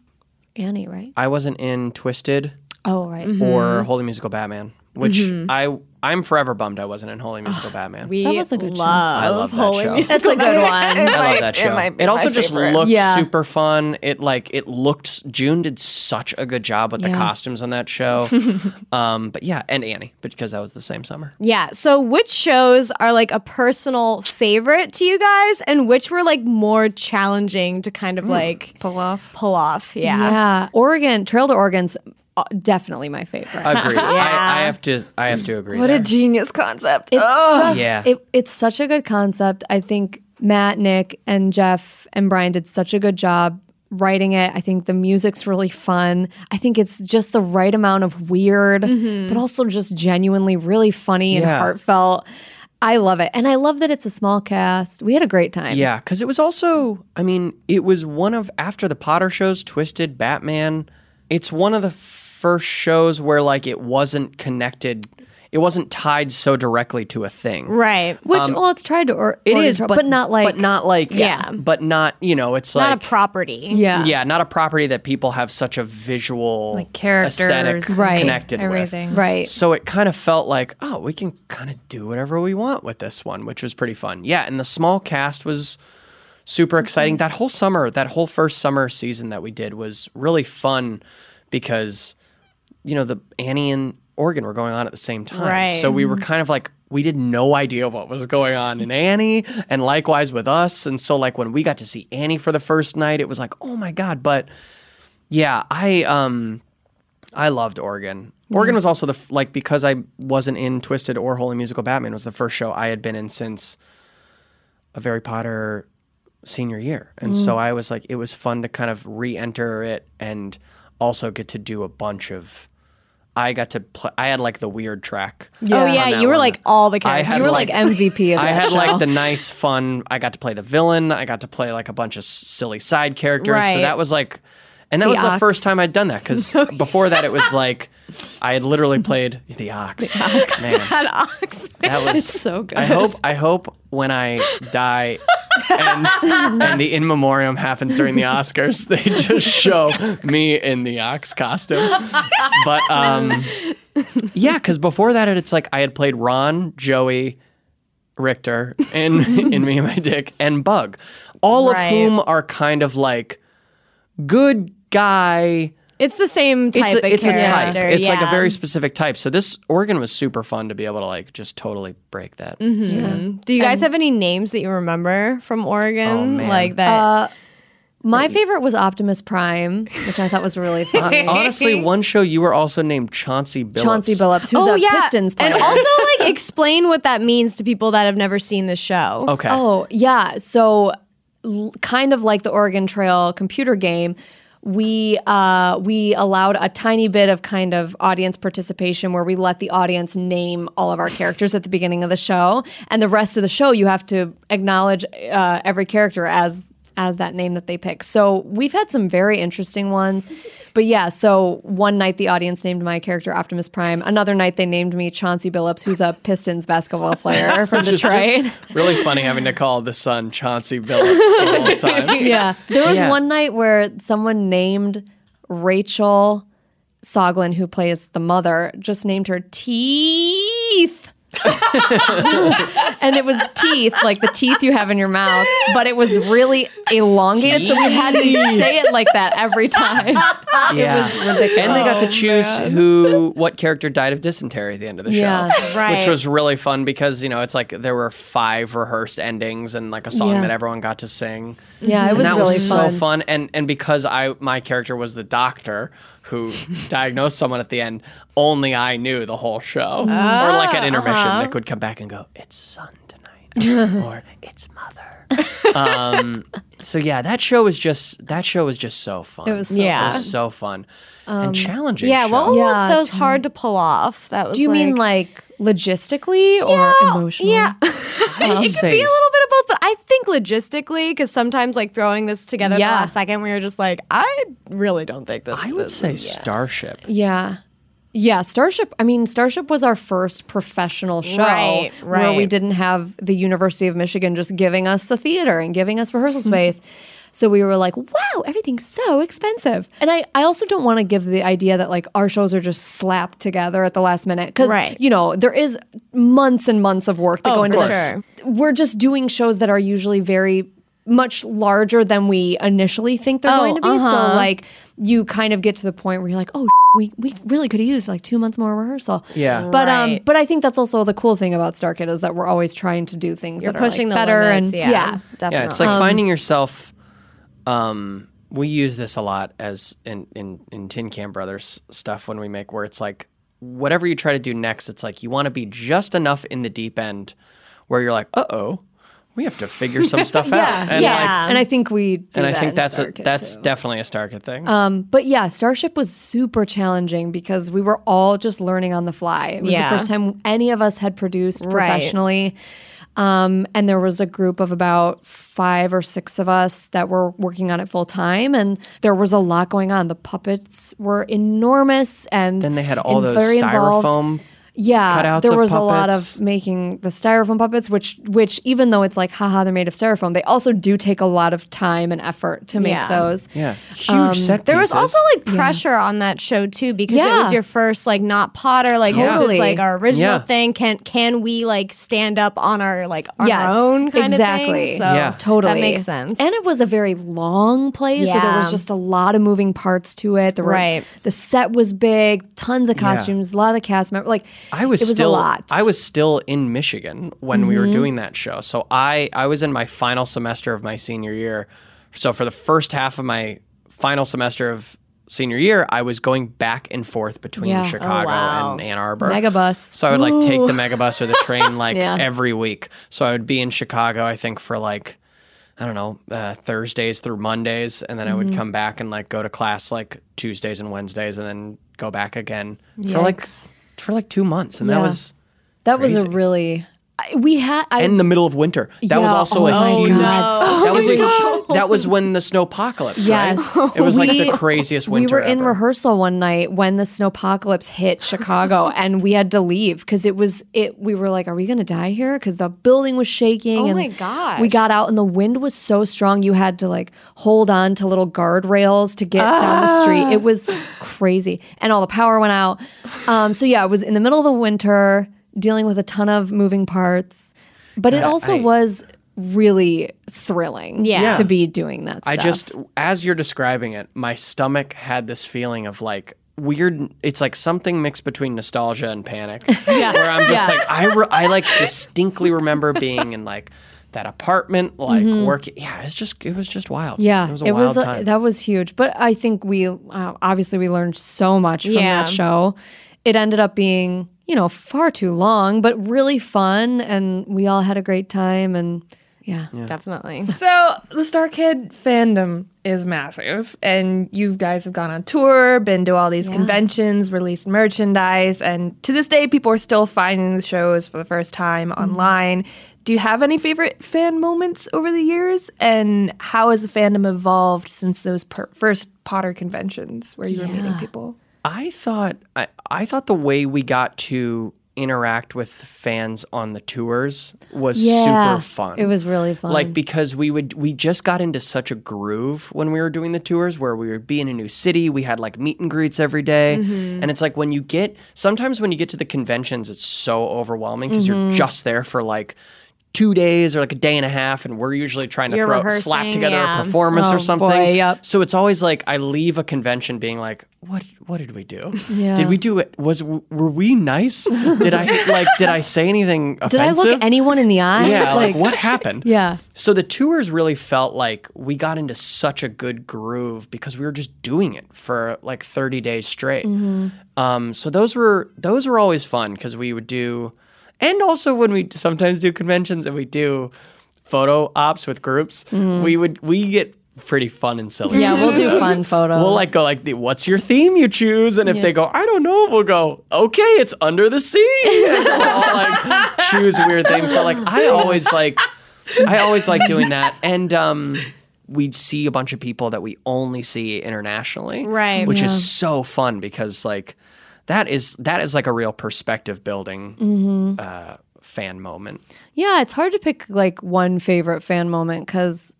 [SPEAKER 5] Annie, right?
[SPEAKER 4] I wasn't in Twisted
[SPEAKER 5] Oh, right.
[SPEAKER 4] or Holy Musical Batman, which
[SPEAKER 5] Mm-hmm.
[SPEAKER 4] I I'm forever bummed I wasn't in
[SPEAKER 5] Ah,
[SPEAKER 4] Holy Musical Batman.
[SPEAKER 3] We
[SPEAKER 5] That was a good show.
[SPEAKER 3] love
[SPEAKER 4] I love that
[SPEAKER 3] Holy
[SPEAKER 4] show.
[SPEAKER 3] Musical
[SPEAKER 5] That's a good one.
[SPEAKER 4] I love that show. It, also just looked
[SPEAKER 5] Yeah.
[SPEAKER 4] super fun. It like it looked. June did such a good job with the
[SPEAKER 5] Yeah.
[SPEAKER 4] costumes on that show. um, but yeah, and Annie because that was the same summer.
[SPEAKER 3] Yeah. So, which shows are like a personal favorite to you guys, and which were like more challenging to kind of like
[SPEAKER 1] Pull off.
[SPEAKER 3] pull off? Yeah.
[SPEAKER 5] Yeah, Oregon Trail to Oregon's uh, definitely my favorite.
[SPEAKER 4] Agreed. I, I have to. I have to agree. there.
[SPEAKER 1] genius concept.
[SPEAKER 5] it's just
[SPEAKER 4] Yeah.
[SPEAKER 5] it, it's such a good concept. I think Matt, Nick, and Jeff and Brian did such a good job writing it. I think the music's really fun. I think it's just the right amount of weird, but also just genuinely really funny and
[SPEAKER 4] Yeah.
[SPEAKER 5] heartfelt. I love it, and I love that it's a small cast. We had a great time.
[SPEAKER 4] Yeah, because it was also, I mean, it was one of after the Potter shows, Twisted, Batman. It's one of the first shows where like it wasn't connected, it wasn't tied so directly to a thing.
[SPEAKER 3] Right.
[SPEAKER 5] which well, it's tried to or
[SPEAKER 4] Um, It
[SPEAKER 5] Oregon
[SPEAKER 4] is,
[SPEAKER 5] Trail,
[SPEAKER 4] but,
[SPEAKER 5] but, not like
[SPEAKER 4] but not like,
[SPEAKER 3] Yeah.
[SPEAKER 4] but not you know, it's
[SPEAKER 3] Not
[SPEAKER 4] like
[SPEAKER 3] a property.
[SPEAKER 5] yeah
[SPEAKER 4] yeah, not a property that people have such a visual
[SPEAKER 1] Like characters,
[SPEAKER 4] aesthetic
[SPEAKER 5] Right.
[SPEAKER 4] connected
[SPEAKER 1] everything.
[SPEAKER 4] with.
[SPEAKER 5] right.
[SPEAKER 4] So it kind of felt like, oh, we can kind of do whatever we want with this one, which was pretty fun. Yeah, and the small cast was super exciting. That whole summer, that whole first summer season that we did was really fun because you know, the Annie and Oregon were going on at the same time.
[SPEAKER 3] Right.
[SPEAKER 4] So we were kind of like we had no idea what was going on in Annie and likewise with us. And so like when we got to see Annie for the first night, it was like, "Oh my god, but yeah, I um I loved Oregon. Oregon was also the f- like because I wasn't in Twisted or Holy Musical Batman was the first show I had been in since a Harry Potter senior year. And so I was like it was fun to kind of re-enter it and also get to do a bunch of I got to play. I had like the weird track.
[SPEAKER 5] Yeah.
[SPEAKER 3] Oh
[SPEAKER 5] On
[SPEAKER 3] yeah,
[SPEAKER 4] that
[SPEAKER 3] you were
[SPEAKER 4] one.
[SPEAKER 3] like all the
[SPEAKER 4] I
[SPEAKER 3] characters.
[SPEAKER 4] had
[SPEAKER 5] You were like MVP of that
[SPEAKER 4] I had
[SPEAKER 5] show.
[SPEAKER 4] like the nice fun. I got to play the villain. I got to play like a bunch of s- silly side characters.
[SPEAKER 3] Right.
[SPEAKER 4] So that was like, and that was the
[SPEAKER 5] ox.
[SPEAKER 4] first time I'd done that because before that it was like I had literally played the ox. Man,
[SPEAKER 3] had ox.
[SPEAKER 4] that was
[SPEAKER 5] so good.
[SPEAKER 4] I hope I hope when I die. and, and the in memoriam happens during the Oscars. They just show me in the ox costume. But um, yeah, because before that, it's like I had played Ron, Joey, Richter in in Me and My Dick and Bug, all
[SPEAKER 3] Right.
[SPEAKER 4] of whom are kind of like good guy.
[SPEAKER 3] It's the same type
[SPEAKER 4] It's a,
[SPEAKER 3] of
[SPEAKER 4] it's a type.
[SPEAKER 3] character.
[SPEAKER 4] It's like a
[SPEAKER 3] yeah.
[SPEAKER 4] very specific type. So this organ was super fun to be able to like just totally break that.
[SPEAKER 3] Mm-hmm. Do you guys have any names that you remember from Oregon?
[SPEAKER 4] Oh, man.
[SPEAKER 3] like that.
[SPEAKER 5] My favorite was Optimus Prime, which I thought was really funny.
[SPEAKER 4] Hon- Honestly, one show you were also named Chauncey Billups.
[SPEAKER 5] Chauncey Billups, who's a Pistons player.
[SPEAKER 3] Oh, and also like explain what that means to people that have never seen the show.
[SPEAKER 4] Okay.
[SPEAKER 5] Oh, yeah. So, l- kind of like the Oregon Trail computer game, we uh, we allowed a tiny bit of kind of audience participation where we let the audience name all of our characters at the beginning of the show, and the rest of the show you have to acknowledge uh, every character as as that name that they pick. So we've had some very interesting ones. But yeah, so one night the audience named my character Optimus Prime. Another night they named me Chauncey Billups, who's a Pistons basketball player from
[SPEAKER 4] Which is just
[SPEAKER 5] Detroit.
[SPEAKER 4] Really funny having to call the son Chauncey Billups the whole time.
[SPEAKER 5] yeah. There was
[SPEAKER 4] Yeah.
[SPEAKER 5] one night where someone named Rachel Soglin, who plays the mother, just named her Teeth. and it was teeth, like the teeth you have in your mouth, but it was really elongated, so we had to say it like that every time.
[SPEAKER 4] Yeah. And they got to choose who, what character died of dysentery at the end of the show,
[SPEAKER 5] Yeah.
[SPEAKER 4] which
[SPEAKER 3] Right.
[SPEAKER 4] was really fun because you know it's like there were five rehearsed endings and like a song
[SPEAKER 5] Yeah.
[SPEAKER 4] that everyone got to sing.
[SPEAKER 5] Yeah, it was
[SPEAKER 4] and that
[SPEAKER 5] really
[SPEAKER 4] was
[SPEAKER 5] fun.
[SPEAKER 4] so fun. And and because I my character was the doctor who diagnosed someone at the end, only I knew the whole show, or like
[SPEAKER 5] Ah,
[SPEAKER 4] at intermission,
[SPEAKER 5] uh-huh.
[SPEAKER 4] Nick would come back and go, "It's son tonight," or "It's mother." um, so yeah, that show was just that show was just so fun. It
[SPEAKER 5] was so Um,
[SPEAKER 3] Yeah.
[SPEAKER 4] it was so fun and challenging.
[SPEAKER 3] Yeah,
[SPEAKER 4] show.
[SPEAKER 3] what was
[SPEAKER 5] Yeah,
[SPEAKER 3] those hard to pull off? That was
[SPEAKER 5] Do you
[SPEAKER 3] like,
[SPEAKER 5] mean like logistically or emotionally?
[SPEAKER 3] Yeah.
[SPEAKER 4] I'd
[SPEAKER 3] it could
[SPEAKER 4] say
[SPEAKER 3] be a
[SPEAKER 4] s-
[SPEAKER 3] little bit of both, but I think logistically, because sometimes like throwing this together at
[SPEAKER 5] Yeah.
[SPEAKER 3] the last second, we were just like, I really don't think that.
[SPEAKER 4] I would say Starship.
[SPEAKER 5] Yeah. Yeah, Starship. I mean, Starship was our first professional show
[SPEAKER 3] Right,
[SPEAKER 5] where we
[SPEAKER 3] right.
[SPEAKER 5] didn't have the University of Michigan just giving us the theater and giving us rehearsal
[SPEAKER 3] Mm-hmm.
[SPEAKER 5] space. So we were like, wow, everything's so expensive. And I, I also don't want to give the idea that like our shows are just slapped together at the last minute because,
[SPEAKER 3] Right.
[SPEAKER 5] you know, there is months and months of work that
[SPEAKER 3] Oh,
[SPEAKER 5] go into
[SPEAKER 3] for
[SPEAKER 5] this.
[SPEAKER 3] sure.
[SPEAKER 5] We're just doing shows that are usually very much larger than we initially think they're
[SPEAKER 3] Oh,
[SPEAKER 5] going to be. So
[SPEAKER 3] uh-huh.
[SPEAKER 5] like you kind of get to the point where you're like, oh, we we really could have used like two months more rehearsal.
[SPEAKER 4] Yeah.
[SPEAKER 5] But um,
[SPEAKER 3] Right.
[SPEAKER 5] but I think that's also the cool thing about Star Kid is that we're always trying to do things
[SPEAKER 3] You're
[SPEAKER 5] that are like,
[SPEAKER 3] pushing the
[SPEAKER 5] better
[SPEAKER 3] limits.
[SPEAKER 5] and
[SPEAKER 3] yeah, definitely.
[SPEAKER 4] Yeah, it's like finding yourself. Um, we use this a lot as in, in in Tin Can Brothers stuff when we make where it's like whatever you try to do next, it's like you want to be just enough in the deep end where you're like, uh oh, we have to figure some stuff
[SPEAKER 5] yeah,
[SPEAKER 4] out. And
[SPEAKER 5] yeah.
[SPEAKER 4] like,
[SPEAKER 5] and I think we do
[SPEAKER 4] and I
[SPEAKER 5] that
[SPEAKER 4] think
[SPEAKER 5] in
[SPEAKER 4] that's
[SPEAKER 5] Star
[SPEAKER 4] a,
[SPEAKER 5] Kid,
[SPEAKER 4] that's
[SPEAKER 5] too.
[SPEAKER 4] definitely a Starkid thing.
[SPEAKER 5] Um, but yeah, Starship was super challenging because we were all just learning on the fly. It was
[SPEAKER 3] Yeah.
[SPEAKER 5] the first time any of us had produced
[SPEAKER 3] Right.
[SPEAKER 5] professionally. Um, and there was a group of about five or six of us that were working on it full time, and there was a lot going on. The puppets were enormous, and
[SPEAKER 4] then they had all
[SPEAKER 5] and
[SPEAKER 4] those
[SPEAKER 5] very involved.
[SPEAKER 4] styrofoam.
[SPEAKER 5] Yeah,
[SPEAKER 4] cutouts
[SPEAKER 5] there
[SPEAKER 4] of
[SPEAKER 5] was a lot
[SPEAKER 4] puppets.
[SPEAKER 5] of making the styrofoam puppets, which which even though it's like haha they're made of styrofoam, they also do take a lot of time and effort to make
[SPEAKER 3] Yeah.
[SPEAKER 5] those.
[SPEAKER 4] Yeah, huge
[SPEAKER 5] um,
[SPEAKER 4] set.
[SPEAKER 3] There was
[SPEAKER 4] pieces.
[SPEAKER 3] also like pressure on that show too because it
[SPEAKER 5] Yeah.
[SPEAKER 3] was your first like not Potter like this
[SPEAKER 5] Totally.
[SPEAKER 3] is like our original
[SPEAKER 4] Yeah.
[SPEAKER 3] thing. Can can we like stand up on our like on
[SPEAKER 5] Yes,
[SPEAKER 3] our own kind of
[SPEAKER 5] exactly.
[SPEAKER 3] thing? So
[SPEAKER 4] Yeah.
[SPEAKER 5] Totally.
[SPEAKER 3] that makes sense.
[SPEAKER 5] And it was a very long play, so there
[SPEAKER 3] Yeah.
[SPEAKER 5] was just a lot of moving parts to it. There were,
[SPEAKER 3] Right.
[SPEAKER 5] The set was big, tons of costumes, a lot of cast members. Like
[SPEAKER 4] I was,
[SPEAKER 5] it was
[SPEAKER 4] still
[SPEAKER 5] a lot. Mm-hmm.
[SPEAKER 4] I was still in Michigan when we were doing that show. So I I was in my final semester of my senior year. So for the first half of my final semester of senior year, I was going back and forth between
[SPEAKER 5] Yeah. Oh,
[SPEAKER 4] Chicago
[SPEAKER 3] wow.
[SPEAKER 4] and Ann Arbor.
[SPEAKER 5] megabus.
[SPEAKER 4] So I would like take the megabus or the train like every week. So I would be in Chicago, I think, for like I don't know, uh, Thursdays through Mondays, and then I
[SPEAKER 5] Mm-hmm.
[SPEAKER 4] would come back and like go to class like Tuesdays and Wednesdays, and then go back again for like for like two months, and that
[SPEAKER 5] Yeah.
[SPEAKER 4] was
[SPEAKER 5] That was a
[SPEAKER 4] Crazy.
[SPEAKER 5] really. I- We had. I,
[SPEAKER 4] in the middle of winter. That was
[SPEAKER 5] Yeah.
[SPEAKER 4] also
[SPEAKER 5] Oh
[SPEAKER 4] a
[SPEAKER 5] my
[SPEAKER 4] huge.
[SPEAKER 5] God. Oh
[SPEAKER 4] that was a, that was when the snowpocalypse.
[SPEAKER 5] Yes.
[SPEAKER 4] right? it was like
[SPEAKER 5] We-
[SPEAKER 4] the craziest
[SPEAKER 5] we
[SPEAKER 4] winter.
[SPEAKER 5] were in
[SPEAKER 4] ever.
[SPEAKER 5] rehearsal one night when the snowpocalypse hit Chicago, and we had to leave because it was it. We were like, "Are we going to die here?" Because the building was shaking. Oh and
[SPEAKER 3] my gosh.
[SPEAKER 5] We got out, and the wind was so strong. You had to like hold on to little guardrails to get down the street. It
[SPEAKER 4] Ah.
[SPEAKER 5] was crazy, and all the power went out. Um, so yeah, it was in the middle of the winter, dealing with a ton of moving parts, but it
[SPEAKER 4] Yeah,
[SPEAKER 5] also
[SPEAKER 4] I-
[SPEAKER 5] was really thrilling.
[SPEAKER 4] Yeah.
[SPEAKER 5] to be doing that. Stuff.
[SPEAKER 4] I just, as you're describing it, my stomach had this feeling of like weird. It's like something mixed between nostalgia and panic. Yeah. Where I'm just like, I, re- I like distinctly remember being in like that apartment, like working. Yeah, it's just, it was just wild.
[SPEAKER 5] Yeah,
[SPEAKER 4] It was a wild
[SPEAKER 5] uh,
[SPEAKER 4] time.
[SPEAKER 5] that was huge. But I think we uh, obviously we learned so much from
[SPEAKER 3] Yeah.
[SPEAKER 5] that show. It ended up being you know far too long, but really fun, and we all had a great time. And yeah,
[SPEAKER 3] Definitely.
[SPEAKER 1] So the Star Kid fandom is massive, and you guys have gone on tour, been to all these conventions, released merchandise, and to this day, people are still finding the shows for the first time online. Do you have any favorite fan moments over the years, and how has the fandom evolved since those per- first Potter conventions where you were meeting people?
[SPEAKER 4] I thought I, I thought the way we got to interact with fans on the tours was
[SPEAKER 5] Yeah,
[SPEAKER 4] super fun.
[SPEAKER 5] it was really fun.
[SPEAKER 4] Like because we would we just got into such a groove when we were doing the tours where we would be in a new city, we had like meet and greets every day.
[SPEAKER 5] Mm-hmm.
[SPEAKER 4] And it's like when you get sometimes when you get to the conventions it's so overwhelming because
[SPEAKER 5] Mm-hmm.
[SPEAKER 4] you're just there for like two days or like a day and a half and we're usually trying to
[SPEAKER 3] You're
[SPEAKER 4] throw slap
[SPEAKER 3] rehearsing,
[SPEAKER 4] together
[SPEAKER 3] yeah.
[SPEAKER 4] a performance
[SPEAKER 5] Oh,
[SPEAKER 4] or something.
[SPEAKER 5] boy, yep.
[SPEAKER 4] So it's always like I leave a convention being like, what what did we do?
[SPEAKER 5] Yeah.
[SPEAKER 4] Did we do it? Was were we nice? did I like did I say anything offensive?
[SPEAKER 5] did I look anyone in the eye?
[SPEAKER 4] Yeah, like, what happened?
[SPEAKER 5] Yeah.
[SPEAKER 4] So the tours really felt like we got into such a good groove because we were just doing it for like 30 days straight. Um, so those were those were always fun because we would do, and also when we sometimes do conventions and we do photo ops with groups, we would we get pretty fun and silly.
[SPEAKER 5] yeah, we'll do
[SPEAKER 4] Those.
[SPEAKER 5] fun photos.
[SPEAKER 4] We'll like go like, the- what's your theme you choose? And if they go, I don't know, we'll go, okay, it's under the sea. And we'll all, like choose weird things. So like, I always like, I always like doing that. And um, we'd see a bunch of people that we only see internationally,
[SPEAKER 3] Right.
[SPEAKER 4] Which is so fun because like, that is that is like a real perspective building uh, fan moment.
[SPEAKER 5] Yeah, it's hard to pick like one favorite fan moment because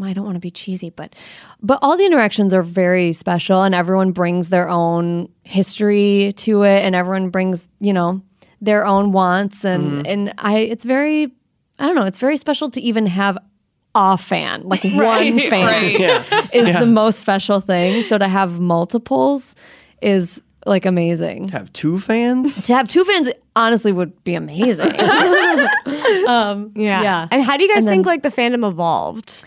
[SPEAKER 5] I don't want to be cheesy, but but all the interactions are very special, and everyone brings their own history to it, and everyone brings you know their own wants, and and I it's very I don't know, it's very special to even have a fan like one fan is the most special thing. So to have multiples is like amazing.
[SPEAKER 4] Have two fans.
[SPEAKER 5] To have two fans honestly would be amazing.
[SPEAKER 3] Yeah.
[SPEAKER 5] Yeah.
[SPEAKER 3] And how do you guys think like the fandom evolved?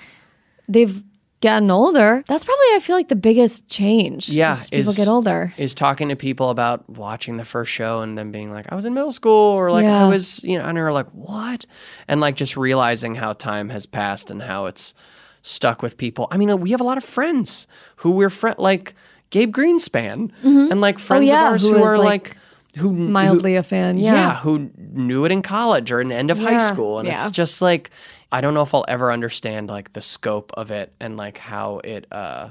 [SPEAKER 5] they've gotten older. That's probably I feel like the biggest change.
[SPEAKER 4] Yeah,
[SPEAKER 5] is people
[SPEAKER 4] is-
[SPEAKER 5] get older.
[SPEAKER 4] is talking to people about watching the first show and then being like, I was in middle school or like
[SPEAKER 5] Yeah.
[SPEAKER 4] I was, you know, and they're like, what? And like just realizing how time has passed and how it's stuck with people. I mean, we have a lot of friends who we're friend like Gabe Greenspan and like friends
[SPEAKER 5] Mm-hmm. Oh, yeah,
[SPEAKER 4] of ours
[SPEAKER 5] who
[SPEAKER 4] who,
[SPEAKER 5] is,
[SPEAKER 4] are
[SPEAKER 5] like,
[SPEAKER 4] like, who
[SPEAKER 5] Mildly a fan.
[SPEAKER 4] yeah.
[SPEAKER 5] Yeah.
[SPEAKER 4] who knew it in college or in the end of high
[SPEAKER 5] Yeah.
[SPEAKER 4] school. And it's just like I don't know if I'll ever understand like the scope of it and like how it uh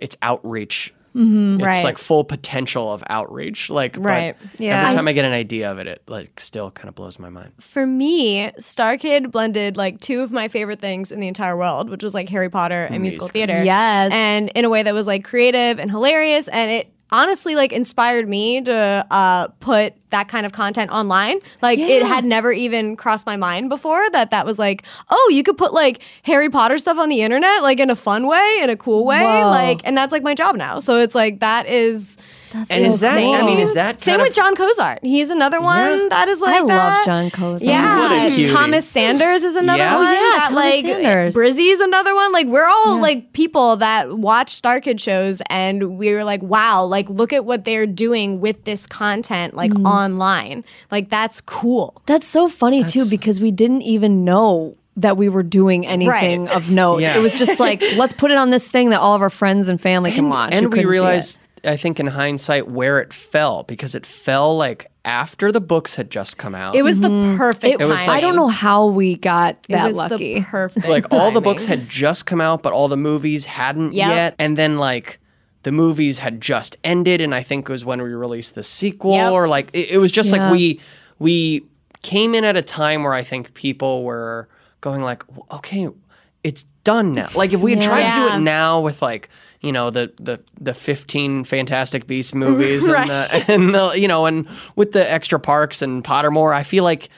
[SPEAKER 4] its outreach. it's
[SPEAKER 3] right.
[SPEAKER 4] like full potential of outreach. Like but
[SPEAKER 3] Right.
[SPEAKER 1] Yeah.
[SPEAKER 4] every time I get an idea of it, it like still kind of blows my mind.
[SPEAKER 3] For me, Star Kid blended like two of my favorite things in the entire world, which was like Harry Potter and musical theater.
[SPEAKER 5] Yes.
[SPEAKER 3] And in a way that was like creative and hilarious and it honestly like inspired me to uh, put that kind of content online like it had never even crossed my mind before that that was like oh you could put like harry potter stuff on the internet like in a fun way in a cool way
[SPEAKER 5] Whoa.
[SPEAKER 3] like and that's like my job now so it's like that is
[SPEAKER 4] and is that I mean, is that
[SPEAKER 3] same
[SPEAKER 4] kind
[SPEAKER 3] with
[SPEAKER 4] of,
[SPEAKER 3] john cozart he's another one that is like
[SPEAKER 5] I love
[SPEAKER 3] that.
[SPEAKER 5] John Cozart.
[SPEAKER 4] What a
[SPEAKER 3] Yeah,
[SPEAKER 4] cutie.
[SPEAKER 3] Thomas Sanders is another
[SPEAKER 4] Yeah. Oh,
[SPEAKER 3] one.
[SPEAKER 5] yeah,
[SPEAKER 3] that,
[SPEAKER 5] Thomas
[SPEAKER 3] like
[SPEAKER 5] Sanders.
[SPEAKER 3] Brizzy's another one. Like we're all like people that watch Star Kid shows, and we were like, wow, like look at what they're doing with this content, like
[SPEAKER 5] Mm.
[SPEAKER 3] online. Like that's cool.
[SPEAKER 5] That's so funny too because we didn't even know that we were doing anything of note.
[SPEAKER 4] Yeah.
[SPEAKER 5] It was just like, let's put it on this thing that all of our friends and family can watch. who
[SPEAKER 4] And we
[SPEAKER 5] couldn't see
[SPEAKER 4] realized,
[SPEAKER 5] it.
[SPEAKER 4] I think, in hindsight, where it fell because it fell like after the books had just come out.
[SPEAKER 6] It was the perfect
[SPEAKER 4] It was
[SPEAKER 6] time.
[SPEAKER 4] like-
[SPEAKER 5] Mm-hmm. I don't know how we got
[SPEAKER 6] It
[SPEAKER 5] that
[SPEAKER 6] was
[SPEAKER 5] lucky.
[SPEAKER 6] The perfect.
[SPEAKER 4] like all the
[SPEAKER 6] timing.
[SPEAKER 4] books had just come out, but all the movies hadn't yet. And then like the movies had just ended, and I think it was when we released the sequel,
[SPEAKER 6] Yep.
[SPEAKER 4] or like it, it was just
[SPEAKER 5] Yeah.
[SPEAKER 4] like we we came in at a time where I think people were going like, "W- okay, it's done now. Like if we had tried to do
[SPEAKER 6] Yeah.
[SPEAKER 4] it now with like you know the the the fifteen Fantastic Beast movies and the and the you know and with the extra parks and Pottermore, I feel like.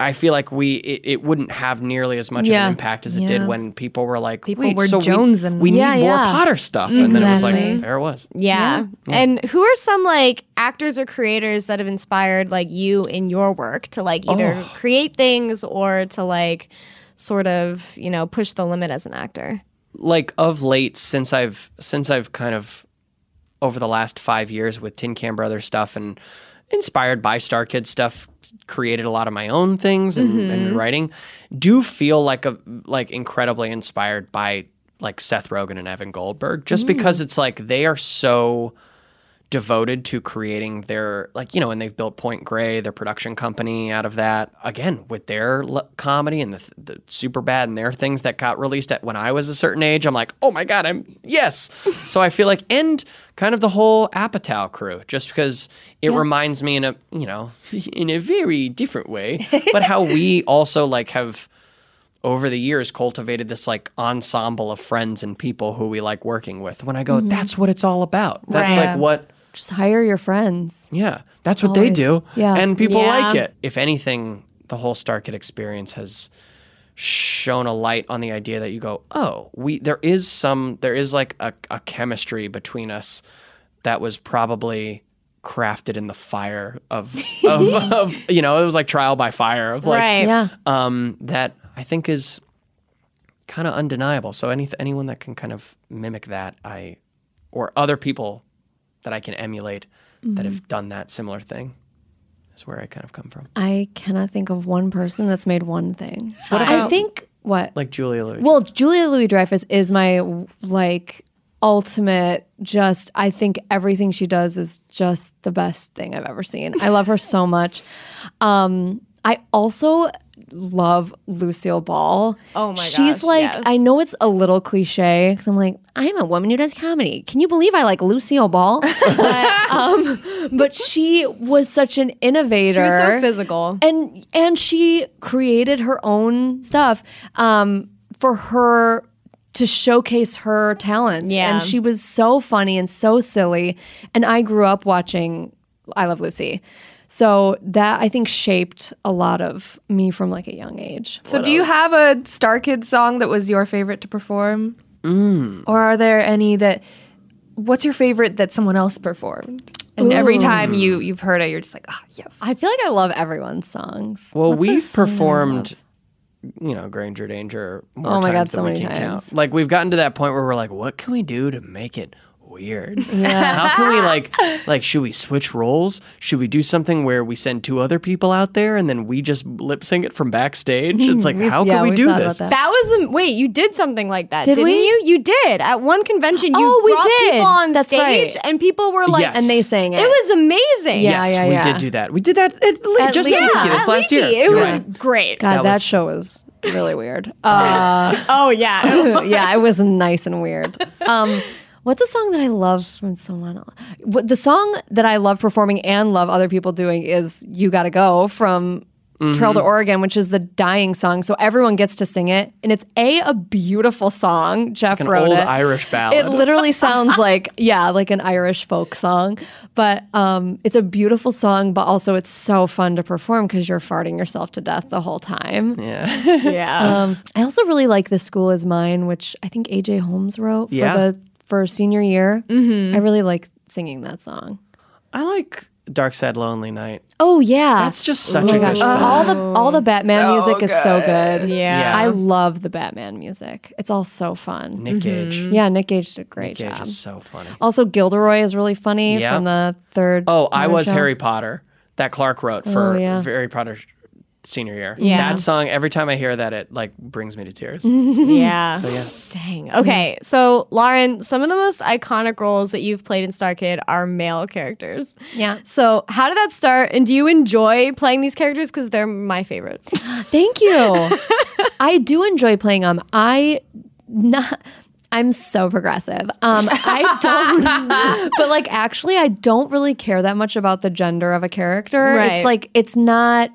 [SPEAKER 4] I feel like we it, it wouldn't have nearly as much of
[SPEAKER 5] Yeah.
[SPEAKER 4] an impact as it did when people were like,
[SPEAKER 1] People
[SPEAKER 4] Wait,
[SPEAKER 1] were
[SPEAKER 4] so we-
[SPEAKER 1] jonesing.
[SPEAKER 4] We,
[SPEAKER 5] Yeah,
[SPEAKER 4] need more
[SPEAKER 5] yeah.
[SPEAKER 4] Potter stuff, and then it was like,
[SPEAKER 5] Exactly.
[SPEAKER 4] there it was.
[SPEAKER 6] Yeah.
[SPEAKER 3] And who are some like actors or creators that have inspired like you in your work to like either
[SPEAKER 4] Oh.
[SPEAKER 3] create things or to like sort of, you know, push the limit as an actor?
[SPEAKER 4] Like of late, since I've since I've kind of over the last five years with Tin Can Brothers stuff and inspired by Star Kids stuff, created a lot of my own things and,
[SPEAKER 5] Mm-hmm.
[SPEAKER 4] and writing. Do feel like a like incredibly inspired by like Seth Rogen and Evan Goldberg, just
[SPEAKER 5] Mm.
[SPEAKER 4] because it's like they are so devoted to creating their like you know and they've built point gray their production company out of that again with their l- comedy and the, th- the super bad and their things that got released at when i was a certain age i'm like oh my god i'm yes so i feel like and kind of the whole apatow crew just because it reminds me in a you know in a very different way but how we also like have over the years cultivated this like ensemble of friends and people who we like working with when i go that's what it's all about that's
[SPEAKER 1] Right.
[SPEAKER 4] like what
[SPEAKER 5] Just hire your friends.
[SPEAKER 4] yeah, that's what they do.
[SPEAKER 5] Yeah.
[SPEAKER 4] And people
[SPEAKER 3] Yeah.
[SPEAKER 4] like it. If anything, the whole Starkid experience has shown a light on the idea that you go, oh, we there is some there is like a, a chemistry between us that was probably crafted in the fire of of, of you know, it was like trial by fire of like
[SPEAKER 3] right.
[SPEAKER 5] Yeah.
[SPEAKER 4] um that I think is kind of undeniable. So any anyone that can kind of mimic that, I or other people that I can emulate that have done that similar thing is where I kind of come from.
[SPEAKER 5] I cannot think of one person that's made one thing.
[SPEAKER 4] What
[SPEAKER 5] I
[SPEAKER 4] about-
[SPEAKER 5] think what?
[SPEAKER 4] Like Julia Louis.
[SPEAKER 5] Well, Julia Louis Dreyfus is my like ultimate just I think everything she does is just the best thing I've ever seen. I love her so much. Um I also love Lucille Ball. Oh my She's
[SPEAKER 3] gosh,
[SPEAKER 5] like
[SPEAKER 3] yes.
[SPEAKER 5] I know it's a little cliche cuz I'm like I'm a woman who does comedy. Can you believe I like Lucille Ball? but, um, but she was such an innovator.
[SPEAKER 6] She was so physical.
[SPEAKER 5] And and she created her own stuff um, for her to showcase her talents.
[SPEAKER 3] Yeah.
[SPEAKER 5] And she was so funny and so silly. And I grew up watching I Love Lucy. So that I think shaped a lot of me from like a young age.
[SPEAKER 1] So, do you have a Star Kids song that was your favorite to perform? Mm. Or are there any that? What's your favorite that someone else performed? And every time you you've heard it, you're just like, ah, yes.
[SPEAKER 5] I feel like I love everyone's songs.
[SPEAKER 4] Well,
[SPEAKER 5] What's a
[SPEAKER 4] we've
[SPEAKER 5] song that I
[SPEAKER 4] performed,
[SPEAKER 5] love?
[SPEAKER 4] you know, Granger Danger. More
[SPEAKER 5] Oh my God,
[SPEAKER 4] times than
[SPEAKER 5] so
[SPEAKER 4] we
[SPEAKER 5] many
[SPEAKER 4] can count.
[SPEAKER 5] times.
[SPEAKER 4] Like we've gotten to that point where we're like, what can we do to make it weird? How can we like, like, should we switch roles? Should we do something where we send two other people out there and then we just lip sync it from backstage? It's like, how
[SPEAKER 5] yeah,
[SPEAKER 4] can we
[SPEAKER 5] we've
[SPEAKER 4] do
[SPEAKER 5] thought about
[SPEAKER 4] this?
[SPEAKER 5] that.
[SPEAKER 3] That was a, wait. You did something like that,
[SPEAKER 5] Did
[SPEAKER 3] did not
[SPEAKER 5] we?
[SPEAKER 3] you? You did at one convention. You
[SPEAKER 5] Oh, we
[SPEAKER 3] brought
[SPEAKER 5] did.
[SPEAKER 3] People on
[SPEAKER 5] That's
[SPEAKER 3] stage,
[SPEAKER 5] right.
[SPEAKER 3] and people were like,
[SPEAKER 4] Yes.
[SPEAKER 5] And they sang it.
[SPEAKER 3] "It was amazing."
[SPEAKER 5] Yeah,
[SPEAKER 4] yes,
[SPEAKER 5] yeah,
[SPEAKER 4] we
[SPEAKER 5] yeah.
[SPEAKER 4] did do that. We did that at, le-
[SPEAKER 5] At
[SPEAKER 4] just
[SPEAKER 5] Leaky.
[SPEAKER 4] at Leaky
[SPEAKER 5] Yeah,
[SPEAKER 4] this last
[SPEAKER 3] Leaky,
[SPEAKER 4] year.
[SPEAKER 3] It
[SPEAKER 4] You're
[SPEAKER 3] was
[SPEAKER 4] right.
[SPEAKER 3] great.
[SPEAKER 5] God,
[SPEAKER 4] that
[SPEAKER 5] that,
[SPEAKER 4] was-
[SPEAKER 5] show was really weird. Uh,
[SPEAKER 3] Oh yeah.
[SPEAKER 5] yeah, it was nice and weird. Um, what's a song that I love from someone else? What, the song that I love performing and love other people doing is "You Gotta Go" from
[SPEAKER 4] Mm-hmm.
[SPEAKER 5] Trail to Oregon, which is the dying song. So everyone gets to sing it, and it's a a beautiful song. Jeff
[SPEAKER 4] An
[SPEAKER 5] wrote
[SPEAKER 4] old
[SPEAKER 5] it.
[SPEAKER 4] Irish ballad.
[SPEAKER 5] It literally sounds like yeah, like an Irish folk song, but um, it's a beautiful song. But also, it's so fun to perform because you're farting yourself to death the whole time.
[SPEAKER 4] yeah.
[SPEAKER 3] yeah.
[SPEAKER 5] Um, I also really like "The School Is Mine," which I think AJ Holmes wrote
[SPEAKER 4] Yeah.
[SPEAKER 5] for the for senior year. Mm-hmm. I really like singing that song.
[SPEAKER 4] I like Dark Side Lonely Night.
[SPEAKER 5] Oh yeah,
[SPEAKER 4] That's just such
[SPEAKER 5] oh
[SPEAKER 4] a
[SPEAKER 5] my
[SPEAKER 4] good
[SPEAKER 5] gosh.
[SPEAKER 4] song.
[SPEAKER 5] all the all the Batman
[SPEAKER 1] So
[SPEAKER 5] music is so good.
[SPEAKER 4] Yeah.
[SPEAKER 5] I love the Batman music. It's all so fun.
[SPEAKER 4] Nick Cage.
[SPEAKER 5] Yeah, Nick Gage did a great
[SPEAKER 4] Nick Cage
[SPEAKER 5] job.
[SPEAKER 4] is so funny.
[SPEAKER 5] Also, Gilderoy is really funny
[SPEAKER 4] Yeah.
[SPEAKER 5] from the third.
[SPEAKER 4] Oh, I
[SPEAKER 5] Potter
[SPEAKER 4] was
[SPEAKER 5] show.
[SPEAKER 4] Harry Potter that Clark wrote for
[SPEAKER 5] Oh, yeah.
[SPEAKER 4] Harry Potter senior year.
[SPEAKER 3] Yeah.
[SPEAKER 4] That song, every time I hear that, it like brings me to tears.
[SPEAKER 5] Mm-hmm.
[SPEAKER 3] yeah.
[SPEAKER 4] Mm-hmm. So yeah.
[SPEAKER 3] Dang. Okay. So, Lauren, some of the most iconic roles that you've played in Star Kid are male characters.
[SPEAKER 5] Yeah.
[SPEAKER 3] So, how did that start? And do you enjoy playing these characters? Because they're my favorite.
[SPEAKER 5] Thank you. I do enjoy playing them. I not. I'm so progressive. Um, I don't, but like actually, I don't really care that much about the gender of a character.
[SPEAKER 3] Right.
[SPEAKER 5] It's like it's not.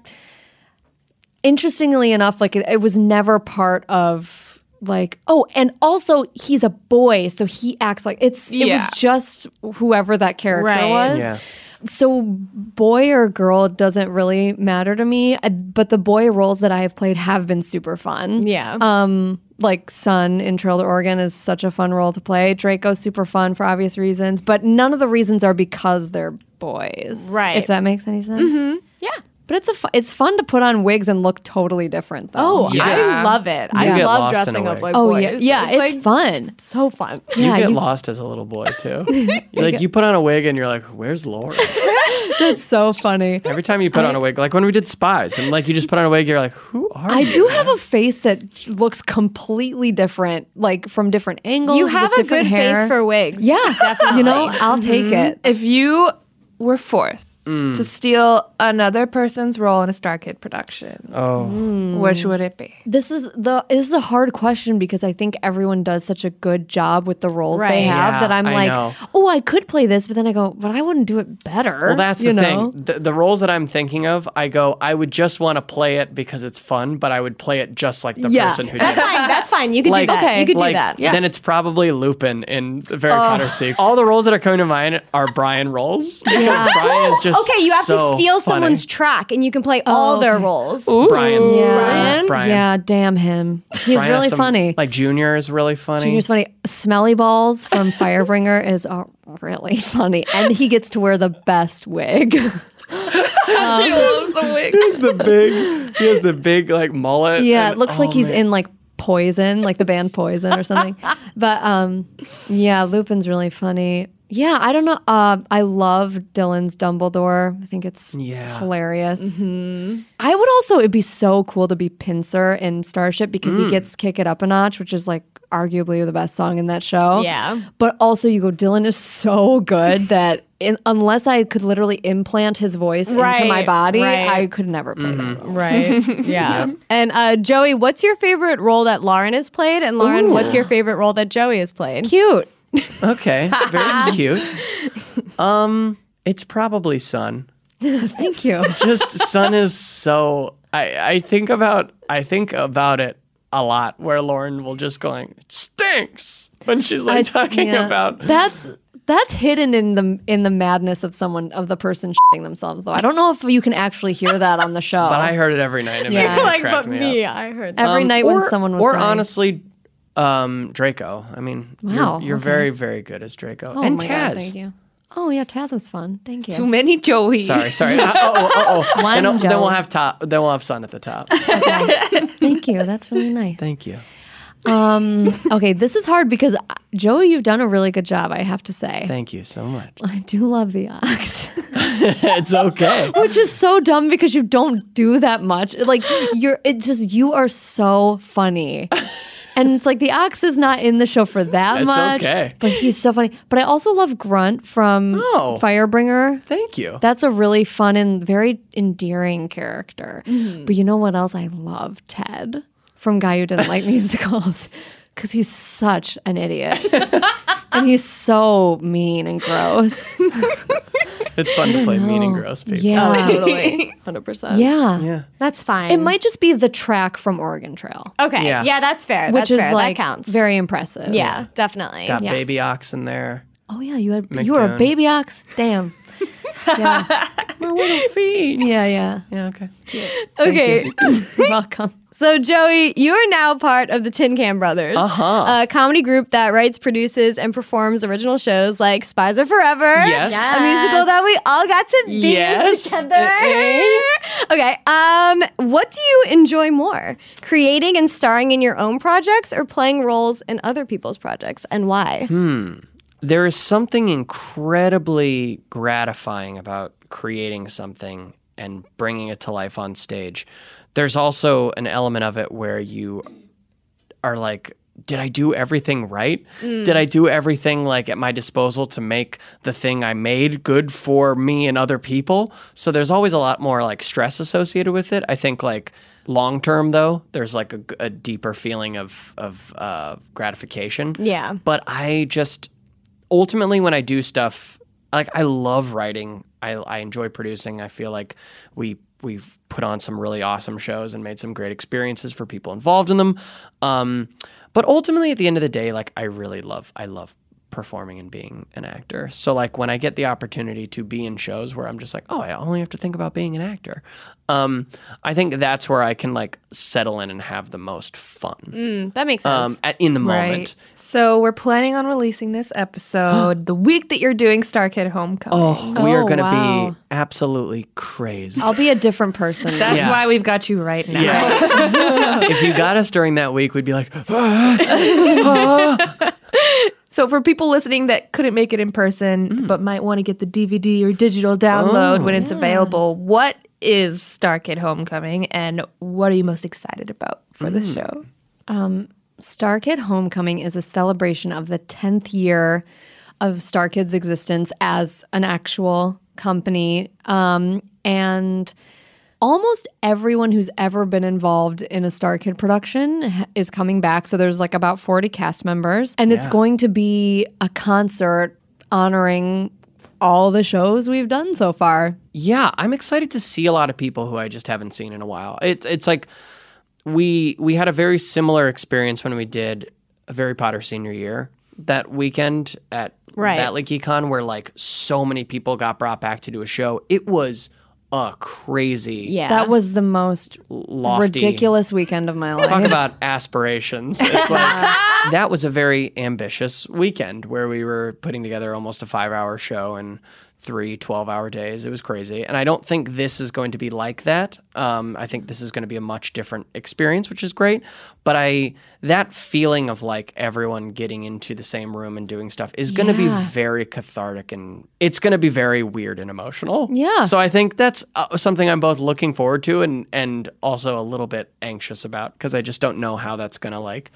[SPEAKER 5] Interestingly enough, like it, it was never part of like oh, and also he's a boy, so he acts like it's. It
[SPEAKER 1] Yeah.
[SPEAKER 5] was just whoever that character
[SPEAKER 3] Right.
[SPEAKER 5] was.
[SPEAKER 4] Yeah.
[SPEAKER 5] So, boy or girl doesn't really matter to me, I- but the boy roles that I have played have been super fun.
[SPEAKER 3] Yeah.
[SPEAKER 5] Um, like Sun in Trail to Oregon is such a fun role to play. Draco's super fun for obvious reasons, but none of the reasons are because they're boys.
[SPEAKER 3] Right.
[SPEAKER 5] If that makes any sense. Mm-hmm.
[SPEAKER 3] Yeah.
[SPEAKER 5] But it's a fu- it's fun to put on wigs and look totally different though.
[SPEAKER 3] Oh, I
[SPEAKER 1] Yeah.
[SPEAKER 3] love it.
[SPEAKER 4] You
[SPEAKER 3] I
[SPEAKER 4] get
[SPEAKER 3] love
[SPEAKER 4] lost in a
[SPEAKER 3] dressing up
[SPEAKER 4] way.
[SPEAKER 3] like
[SPEAKER 5] Oh,
[SPEAKER 3] boys.
[SPEAKER 5] yeah, yeah, it's,
[SPEAKER 3] like,
[SPEAKER 5] fun.
[SPEAKER 3] so fun.
[SPEAKER 5] Yeah,
[SPEAKER 4] you get
[SPEAKER 5] you-
[SPEAKER 4] lost as a little boy too. You, like you put on a wig and you're like, "Where's Laura?"
[SPEAKER 5] It's so funny.
[SPEAKER 4] Every time you put on a wig, like when we did spies, and like you just put on a wig, you're like, "Who are
[SPEAKER 5] I
[SPEAKER 4] you?"
[SPEAKER 5] do have a face that looks completely different, like from different angles.
[SPEAKER 3] You have
[SPEAKER 5] with
[SPEAKER 3] a good
[SPEAKER 5] different hair.
[SPEAKER 3] face for wigs.
[SPEAKER 5] Yeah, definitely. Mm-hmm. You know, I'll take it.
[SPEAKER 1] If you were forced
[SPEAKER 4] Mm.
[SPEAKER 1] to steal another person's role in a Star Kid production, hmm,
[SPEAKER 4] Oh,
[SPEAKER 1] which would it be?
[SPEAKER 5] This is the this is a hard question because I think everyone does such a good job with the roles
[SPEAKER 3] Right.
[SPEAKER 5] they have
[SPEAKER 4] Yeah,
[SPEAKER 5] that I'm
[SPEAKER 4] I
[SPEAKER 5] like,
[SPEAKER 4] know.
[SPEAKER 5] oh, I could play this, but then I go, but I wouldn't do it better.
[SPEAKER 4] well, that's
[SPEAKER 5] you
[SPEAKER 4] the
[SPEAKER 5] know?
[SPEAKER 4] thing. The, the roles that I'm thinking of, I go, I would just want to play it because it's fun, but I would play it just like the
[SPEAKER 5] Yeah.
[SPEAKER 4] person who did it.
[SPEAKER 3] Fine, that's fine. You can do
[SPEAKER 4] Like-
[SPEAKER 3] that.
[SPEAKER 5] Okay.
[SPEAKER 3] You could do
[SPEAKER 4] like,
[SPEAKER 3] that.
[SPEAKER 4] Then it's probably Lupin in the Harry Potter sequel. All the roles that are coming to mind are Brian roles. Because Brian is just
[SPEAKER 3] Okay, you have
[SPEAKER 4] so
[SPEAKER 3] to steal
[SPEAKER 4] funny.
[SPEAKER 3] someone's track and you can play all their roles.
[SPEAKER 4] Brian.
[SPEAKER 5] Yeah.
[SPEAKER 4] Brian. Brian.
[SPEAKER 5] Yeah, damn him. He's
[SPEAKER 4] Brian has
[SPEAKER 5] really
[SPEAKER 4] some-
[SPEAKER 5] funny.
[SPEAKER 4] Like Junior is really funny.
[SPEAKER 5] Junior's funny. Smelly Balls from Firebringer is uh, really funny. And he gets to wear the best wig.
[SPEAKER 1] he loves the wig.
[SPEAKER 4] He has the big. He has the big like mullet.
[SPEAKER 5] Yeah,
[SPEAKER 4] and-
[SPEAKER 5] it looks
[SPEAKER 4] oh,
[SPEAKER 5] like he's
[SPEAKER 4] man.
[SPEAKER 5] in like Poison, like the band Poison or something. but um, yeah, Lupin's really funny. Yeah, I don't know. Uh, I love Dylan's Dumbledore. I think it's
[SPEAKER 4] Yeah.
[SPEAKER 5] hilarious.
[SPEAKER 3] Mm-hmm.
[SPEAKER 5] I would also. It'd be so cool to be Pincer in Starship because
[SPEAKER 3] Mm.
[SPEAKER 5] he gets kick it up a notch, which is like arguably the best song in that show.
[SPEAKER 3] Yeah.
[SPEAKER 5] But also, you go. Dylan is so good that. In, unless I could literally implant his voice into my
[SPEAKER 3] Right,
[SPEAKER 5] body,
[SPEAKER 3] right. Mm-hmm.
[SPEAKER 5] I could never play that. role.
[SPEAKER 3] Right. Yeah. And uh, Joey, what's your favorite role that Lauren has played? And Lauren, what's your favorite role that Joey has played?
[SPEAKER 5] Cute.
[SPEAKER 4] Okay, very cute. Um, it's probably Sun.
[SPEAKER 5] Thank you.
[SPEAKER 4] Just Sun is so. I I think about I think about it a lot. Where Lauren will just going "It stinks when she's like
[SPEAKER 5] I s-
[SPEAKER 4] talking
[SPEAKER 5] yeah.
[SPEAKER 4] about.
[SPEAKER 5] that's that's hidden in the in the madness of someone of the person shitting themselves though. I don't know if you can actually hear that on the show.
[SPEAKER 4] But I heard it every night. And
[SPEAKER 5] Yeah.
[SPEAKER 4] yeah,
[SPEAKER 3] like,
[SPEAKER 4] cracked
[SPEAKER 3] but
[SPEAKER 4] me, up.
[SPEAKER 3] me, I heard that.
[SPEAKER 5] Every
[SPEAKER 4] Um,
[SPEAKER 5] night
[SPEAKER 4] or-
[SPEAKER 5] when someone was
[SPEAKER 4] or
[SPEAKER 5] dying.
[SPEAKER 4] honestly um draco i mean you're-
[SPEAKER 5] Wow,
[SPEAKER 4] you're,
[SPEAKER 5] okay.
[SPEAKER 4] very very good as draco
[SPEAKER 5] oh
[SPEAKER 4] and
[SPEAKER 5] my
[SPEAKER 4] taz
[SPEAKER 5] god, thank you. Oh yeah, Taz was fun. Thank you.
[SPEAKER 1] Too many Joey.
[SPEAKER 4] sorry sorry Uh, oh, oh, oh, oh.
[SPEAKER 5] One
[SPEAKER 4] And, uh, then we'll
[SPEAKER 5] joke.
[SPEAKER 4] have top then we'll have sun at the top
[SPEAKER 5] Thank you. That's really nice.
[SPEAKER 4] thank you
[SPEAKER 5] Um okay, this is hard because uh, Joey, you've done a really good job, I have to say.
[SPEAKER 4] thank you so much
[SPEAKER 5] I do love the ox.
[SPEAKER 4] it's okay
[SPEAKER 5] Which is so dumb because you don't do that much. Like you're it's just you are so funny. And it's like the ox is not in the show for that
[SPEAKER 4] That's
[SPEAKER 5] much.
[SPEAKER 4] okay.
[SPEAKER 5] But he's so funny. But I also love Grunt from
[SPEAKER 4] Oh.
[SPEAKER 5] Firebringer.
[SPEAKER 4] thank you
[SPEAKER 5] That's a really fun and very endearing character.
[SPEAKER 3] Mm-hmm.
[SPEAKER 5] But you know what else I love? Ted from Guy Who Didn't Like Musicals. Because he's such an idiot. and he's so mean and gross.
[SPEAKER 4] it's fun to play mean and gross people
[SPEAKER 5] Yeah.
[SPEAKER 3] Totally. 100%.
[SPEAKER 5] Yeah.
[SPEAKER 4] yeah
[SPEAKER 3] That's fine.
[SPEAKER 5] It might just be the track from Oregon Trail,
[SPEAKER 3] Okay.
[SPEAKER 4] Yeah.
[SPEAKER 3] Yeah, that's fair.
[SPEAKER 5] which
[SPEAKER 3] that's
[SPEAKER 5] is
[SPEAKER 3] fair.
[SPEAKER 5] like
[SPEAKER 3] that counts.
[SPEAKER 5] very impressive.
[SPEAKER 3] yeah, definitely.
[SPEAKER 4] got baby ox in there
[SPEAKER 5] Oh yeah, you had you were
[SPEAKER 4] McDoon.
[SPEAKER 5] a baby ox. Damn. yeah.
[SPEAKER 4] my little feet
[SPEAKER 5] Yeah. Yeah.
[SPEAKER 4] yeah okay
[SPEAKER 3] Okay.
[SPEAKER 5] You're welcome.
[SPEAKER 3] So, Joey, you are now part of the Tin Can Brothers,
[SPEAKER 4] Uh-huh.
[SPEAKER 3] a comedy group that writes, produces, and performs original shows like Spies Are Forever,
[SPEAKER 4] Yes.
[SPEAKER 3] a musical that we all got to be in
[SPEAKER 4] Yes, Uh, eh?
[SPEAKER 3] together.
[SPEAKER 4] it
[SPEAKER 3] okay. Um, what do you enjoy more, creating and starring in your own projects, or playing roles in other people's projects, and why?
[SPEAKER 4] there is something incredibly gratifying about creating something and bringing it to life on stage there's also an element of it where you are like did I do everything right? Did I do everything like at my disposal to make the thing I made good for me and other people? So there's always a lot more like stress associated with it. I think like long term though, there's like a, a deeper feeling of of uh, gratification.
[SPEAKER 3] Yeah.
[SPEAKER 4] But I just ultimately when I do stuff like I love writing. I I enjoy producing. I feel like we we've put on some really awesome shows and made some great experiences for people involved in them. Um, but ultimately at the end of the day like I really love I love performing and being an actor. So like when I get the opportunity to be in shows where I'm just like, "Oh, I only have to think about being an actor." Um, I think that's where I can like settle in and have the most fun.
[SPEAKER 3] Mm, That makes sense.
[SPEAKER 4] Um, at, in the moment.
[SPEAKER 1] Right. So we're planning on releasing this episode the week that you're doing Star Kid Homecoming.
[SPEAKER 4] Oh, we are
[SPEAKER 5] Oh,
[SPEAKER 4] going to
[SPEAKER 5] wow. Oh.
[SPEAKER 4] be absolutely crazy.
[SPEAKER 5] I'll be a different person.
[SPEAKER 1] That's
[SPEAKER 4] Yeah.
[SPEAKER 1] why we've got you right now.
[SPEAKER 4] Yeah. if you got us during that week, we'd be like, "Ah."
[SPEAKER 1] So for people listening that couldn't make it in person but might want to get the DVD or digital download when it's available, what is Star Kid Homecoming and what are you most excited about for this show?
[SPEAKER 5] Star Kid Homecoming is a celebration of the 10th year of Star Kid's existence as an actual company. Um, and almost everyone who's ever been involved in a Star Kid production ha- is coming back. So there's like about 40 cast members, and it's going to be a concert honoring all the shows we've done so far.
[SPEAKER 4] yeah, I'm excited to see a lot of people who I just haven't seen in a while. It, it's like we we had a very similar experience when we did a Harry Potter senior year that weekend at
[SPEAKER 3] Right.
[SPEAKER 4] that LeakyCon where like so many people got brought back to do a show. It was a crazy
[SPEAKER 3] yeah.
[SPEAKER 5] That was the most
[SPEAKER 4] lofty
[SPEAKER 5] ridiculous weekend of my life.
[SPEAKER 4] Talk about aspirations. It's like, that was a very ambitious weekend where we were putting together almost a five hour show in three 12 hour days. It was crazy. And I don't think this is going to be like that. Um, I think this is going to be a much different experience, which is great. But I, that feeling of like everyone getting into the same room and doing stuff is going to be very cathartic and it's going to be very weird and emotional.
[SPEAKER 5] Yeah.
[SPEAKER 4] So I think that's uh, something I'm both looking forward to and and also a little bit anxious about because I just don't know how that's gonna like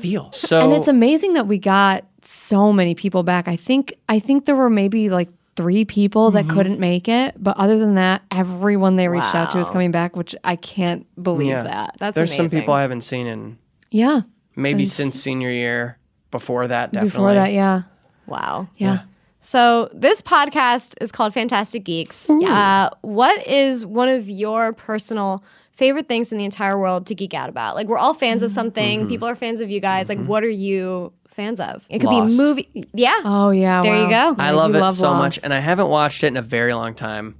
[SPEAKER 4] feel. So
[SPEAKER 5] and it's amazing that we got so many people back. I think I think there were maybe like three people that
[SPEAKER 4] Mm-hmm.
[SPEAKER 5] couldn't make it, but other than that, everyone they reached out to is coming back, which I can't believe
[SPEAKER 4] Yeah.
[SPEAKER 5] that.
[SPEAKER 3] That's
[SPEAKER 4] there's some
[SPEAKER 3] amazing.
[SPEAKER 4] people I haven't seen in
[SPEAKER 5] yeah,
[SPEAKER 4] maybe since senior year. Before that, definitely.
[SPEAKER 5] before that, yeah,
[SPEAKER 3] Wow.
[SPEAKER 5] yeah.
[SPEAKER 3] So this podcast is called Fantastic Geeks. Uh, what is one of your personal favorite things in the entire world to geek out about? Like we're all fans of something. People are fans of you guys. Like what are you fans of? It could
[SPEAKER 4] Lost.
[SPEAKER 3] be movie. Yeah.
[SPEAKER 5] Oh yeah,
[SPEAKER 3] There you
[SPEAKER 5] wow.
[SPEAKER 3] go.
[SPEAKER 5] Yeah,
[SPEAKER 4] I love
[SPEAKER 5] you
[SPEAKER 4] it so much,
[SPEAKER 5] Lost.
[SPEAKER 4] and I haven't watched it in a very long time.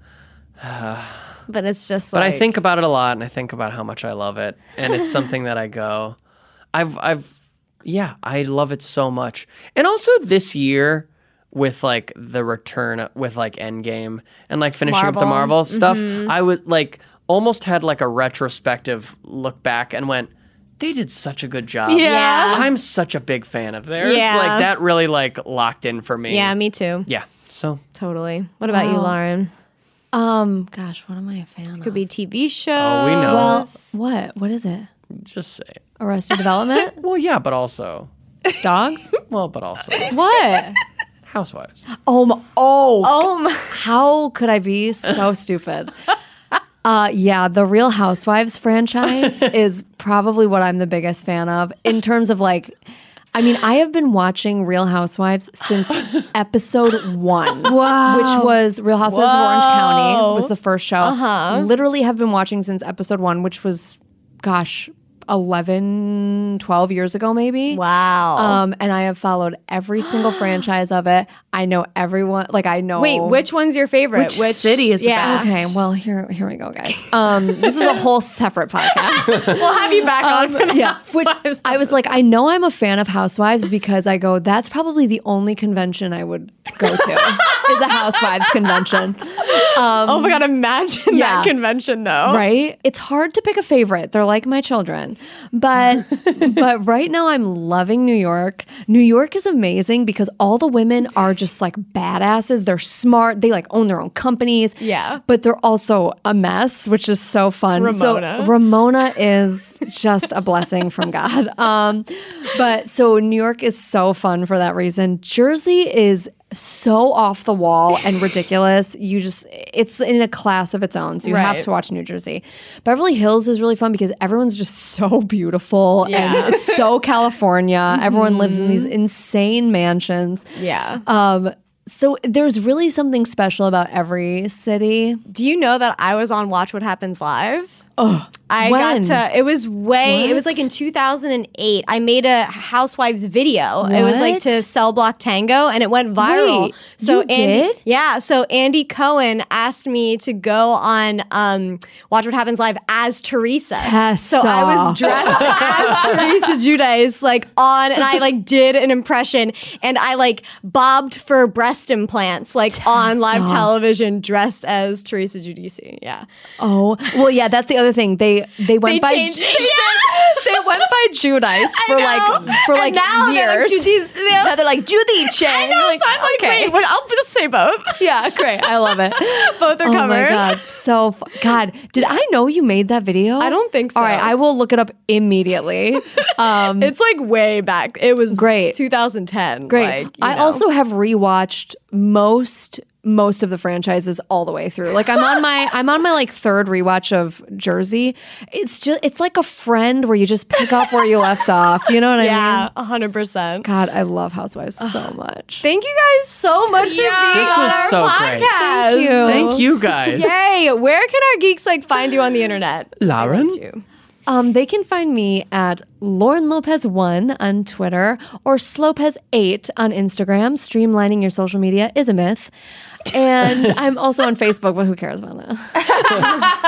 [SPEAKER 3] But it's just
[SPEAKER 4] But
[SPEAKER 3] like
[SPEAKER 4] I think about it a lot, and I think about how much I love it, and it's something that I go, I've, I've, yeah, I love it so much. And also this year with like the return with like Endgame and like finishing up the Marvel
[SPEAKER 3] Mm-hmm.
[SPEAKER 4] stuff, I was like almost had like a retrospective look back and went, they did such a good job.
[SPEAKER 3] Yeah.
[SPEAKER 4] I'm such a big fan of theirs.
[SPEAKER 3] Yeah.
[SPEAKER 4] Like that really like locked in for me.
[SPEAKER 3] Yeah, me too.
[SPEAKER 4] Yeah. So
[SPEAKER 3] Totally. What about you, Lauren?
[SPEAKER 5] Um, gosh, what am I a fan?
[SPEAKER 3] Could
[SPEAKER 5] of?
[SPEAKER 3] be TV show.
[SPEAKER 4] Oh, we know.
[SPEAKER 5] well, what what is it?
[SPEAKER 4] just say. it.
[SPEAKER 5] Arrested Development,
[SPEAKER 4] Well, yeah, but also,
[SPEAKER 5] dogs.
[SPEAKER 4] well, but also,
[SPEAKER 5] What?
[SPEAKER 4] housewives.
[SPEAKER 5] Oh, my, oh,
[SPEAKER 3] Oh my.
[SPEAKER 5] How could I be so stupid? Uh, yeah, the Real Housewives franchise is probably what I'm the biggest fan of in terms of like, I mean, I have been watching Real Housewives since episode one, which was Real Housewives of Orange County was the first show. Uh-huh. Literally have been watching since episode one, which was, gosh, 11, 12 years ago maybe.
[SPEAKER 3] Wow.
[SPEAKER 5] Um, and I have followed every single franchise of it. I know everyone. Like I know.
[SPEAKER 3] Wait, which one's your favorite? Which,
[SPEAKER 1] city is the
[SPEAKER 3] yeah.
[SPEAKER 1] best?
[SPEAKER 5] Okay, well here here we go, guys. Um, this is a whole separate podcast.
[SPEAKER 3] We'll have you back on. for
[SPEAKER 5] yeah, which I was like, I know I'm a fan of Housewives because I go. That's probably the only convention I would go to is a Housewives convention. Um,
[SPEAKER 3] Oh my god, imagine
[SPEAKER 5] Yeah.
[SPEAKER 3] that convention though.
[SPEAKER 5] Right? It's hard to pick a favorite. They're like my children. Oregon. But but right now I'm loving New York. New York is amazing because all the women are just like badasses. They're smart. They like own their own companies.
[SPEAKER 3] Yeah.
[SPEAKER 5] But they're also a mess, which is so fun.
[SPEAKER 3] Ramona.
[SPEAKER 5] So Ramona is just a blessing from God. Um but so New York is so fun for that reason. Jersey is so off the wall and ridiculous. You just it's in a class of its own. So you have
[SPEAKER 3] Right.
[SPEAKER 5] to watch New Jersey. Beverly Hills is really fun because everyone's just so beautiful and it's so California. Everyone lives in these insane mansions.
[SPEAKER 3] Mm-hmm. Yeah.
[SPEAKER 5] Um so there's really something special about every city.
[SPEAKER 3] Do you know that I was on Watch What Happens Live?
[SPEAKER 5] Oh,
[SPEAKER 3] I
[SPEAKER 5] When?
[SPEAKER 3] got to. It was way. It was
[SPEAKER 5] What?
[SPEAKER 3] like in 2008. I made a housewives video. It was like
[SPEAKER 5] What?
[SPEAKER 3] to sell block tango, and it went viral.
[SPEAKER 5] Wait, you
[SPEAKER 3] Andy,
[SPEAKER 5] did?
[SPEAKER 3] Yeah. So Andy Cohen asked me to go on um, Watch What Happens Live as Teresa. So I was
[SPEAKER 5] Tessa.
[SPEAKER 3] dressed as Teresa Judice, like on, and I like did an impression, and I like bobbed for breast implants, like on live
[SPEAKER 5] Tessa.
[SPEAKER 3] television, dressed as Teresa Judice. Yeah.
[SPEAKER 5] Oh well, yeah. That's the other thing. They they went by
[SPEAKER 3] changed it.
[SPEAKER 5] they went by Judice for like for like
[SPEAKER 3] now they're like
[SPEAKER 5] years.
[SPEAKER 3] Judy's- they're-
[SPEAKER 5] now they're like Judy Chang. Like,
[SPEAKER 3] so I'm like,
[SPEAKER 5] okay.
[SPEAKER 3] wait, what, I'll just say both.
[SPEAKER 5] yeah, great. I love it.
[SPEAKER 3] Both are
[SPEAKER 5] oh
[SPEAKER 3] covered.
[SPEAKER 5] my god, so fu- God, did I know you made that video? I
[SPEAKER 3] don't think so.
[SPEAKER 5] All right, I will look it up immediately. Um,
[SPEAKER 3] It's like way back. It was
[SPEAKER 5] Great.
[SPEAKER 3] 2010.
[SPEAKER 5] Great.
[SPEAKER 3] Like, you
[SPEAKER 5] I
[SPEAKER 3] know.
[SPEAKER 5] also have rewatched most most of the franchises all the way through. Like I'm on my I'm on my like third rewatch of Jersey. It's just it's like a friend where you just pick up where you left off. You know what I mean?
[SPEAKER 3] yeah, 100. percent
[SPEAKER 5] God, I love Housewives so much.
[SPEAKER 3] Thank you guys so much for being
[SPEAKER 4] This
[SPEAKER 3] on
[SPEAKER 4] was
[SPEAKER 3] our
[SPEAKER 4] so
[SPEAKER 3] podcast.
[SPEAKER 4] great. Thank you guys.
[SPEAKER 3] Yay! Where can our geeks like find you on the internet?
[SPEAKER 4] Lauren?
[SPEAKER 5] Um, they can find me at Lauren Lopez one on Twitter or Slopez eight on Instagram. Streamlining your social media is a myth, and I'm also on Facebook. But who cares about that?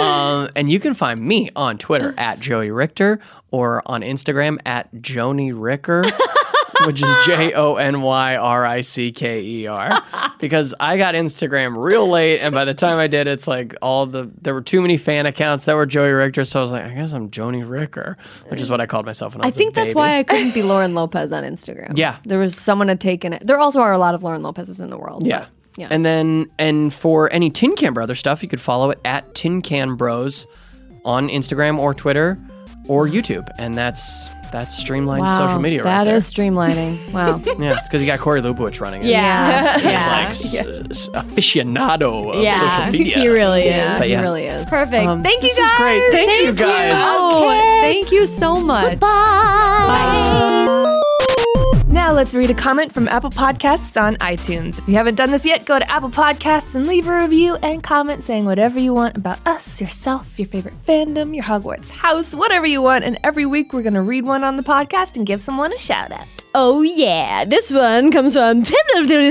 [SPEAKER 4] Um, and you can find me on Twitter at Joey Richter or on Instagram at Joni Ricker, which is J O N Y R I C K E R. Because I got Instagram real late, and by the time I did, it's like all the there were too many fan accounts that were Joey Richter, so I was like, I guess I'm Joni Ricker, which is what I called myself when I
[SPEAKER 5] I
[SPEAKER 4] was a
[SPEAKER 5] think
[SPEAKER 4] baby.
[SPEAKER 5] that's why I couldn't be Lauren Lopez on Instagram.
[SPEAKER 4] Yeah.
[SPEAKER 5] There was someone had taken it. There also are a lot of Lauren Lopez's in the world.
[SPEAKER 4] Yeah.
[SPEAKER 5] but, yeah.
[SPEAKER 4] And then, and for any Tin Can Brother stuff, you could follow it at Tin Can Bros on Instagram or Twitter or YouTube. And that's that's streamlined social media right
[SPEAKER 5] That
[SPEAKER 4] there.
[SPEAKER 5] is streamlining. Wow.
[SPEAKER 4] Yeah, it's because you got Corey Lubowitz running it.
[SPEAKER 3] Yeah.
[SPEAKER 4] He's like s- s- aficionado of social media.
[SPEAKER 3] He really
[SPEAKER 5] yeah,
[SPEAKER 3] is.
[SPEAKER 4] But yeah.
[SPEAKER 5] It really is.
[SPEAKER 3] Perfect.
[SPEAKER 4] Um,
[SPEAKER 3] Thank
[SPEAKER 4] this
[SPEAKER 3] you guys.
[SPEAKER 4] was great. Thank, you guys.
[SPEAKER 5] Oh, thank you so much.
[SPEAKER 1] Now let's read a comment from Apple Podcasts on iTunes. If you haven't done this yet, go to Apple Podcasts and leave a review and comment saying whatever you want about us, yourself, your favorite fandom, your Hogwarts house, whatever you want. And every week we're going to read one on the podcast and give someone a shout out.
[SPEAKER 3] Oh yeah, this one comes from.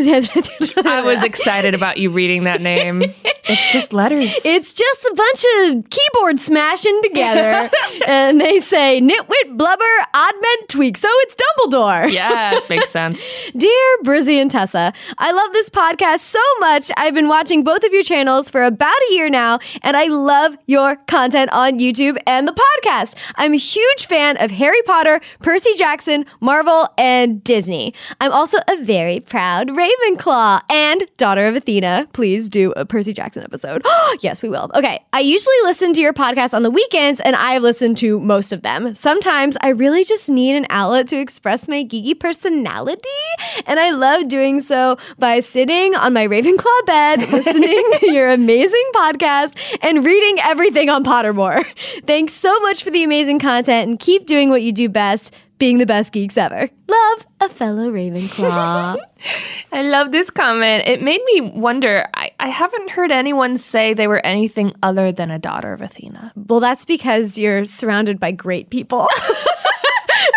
[SPEAKER 1] I was excited about you reading that name. It's just letters.
[SPEAKER 3] It's just a bunch of keyboard smashing together, and they say nitwit blubber oddment tweak. So it's Dumbledore.
[SPEAKER 1] yeah, makes sense.
[SPEAKER 3] Dear Brizzy and Tessa, I love this podcast so much. I've been watching both of your channels for about a year now, and I love your content on YouTube and the podcast. I'm a huge fan of Harry Potter, Percy Jackson, Marvel, and Disney. I'm also a very proud Ravenclaw and daughter of Athena. Please do a Percy Jackson episode. yes, we will. Okay. I usually listen to your podcast on the weekends, and I've listened to most of them. Sometimes I really just need an outlet to express my geeky personality, and I love doing so by sitting on my Ravenclaw bed, listening to your amazing podcast, and reading everything on Pottermore. Thanks so much for the amazing content, and keep doing what you do best. Being the best geeks ever. Love a fellow Ravenclaw.
[SPEAKER 1] I love this comment. It made me wonder. I, I haven't heard anyone say they were anything other than a daughter of Athena.
[SPEAKER 3] Well, that's because you're surrounded by great people.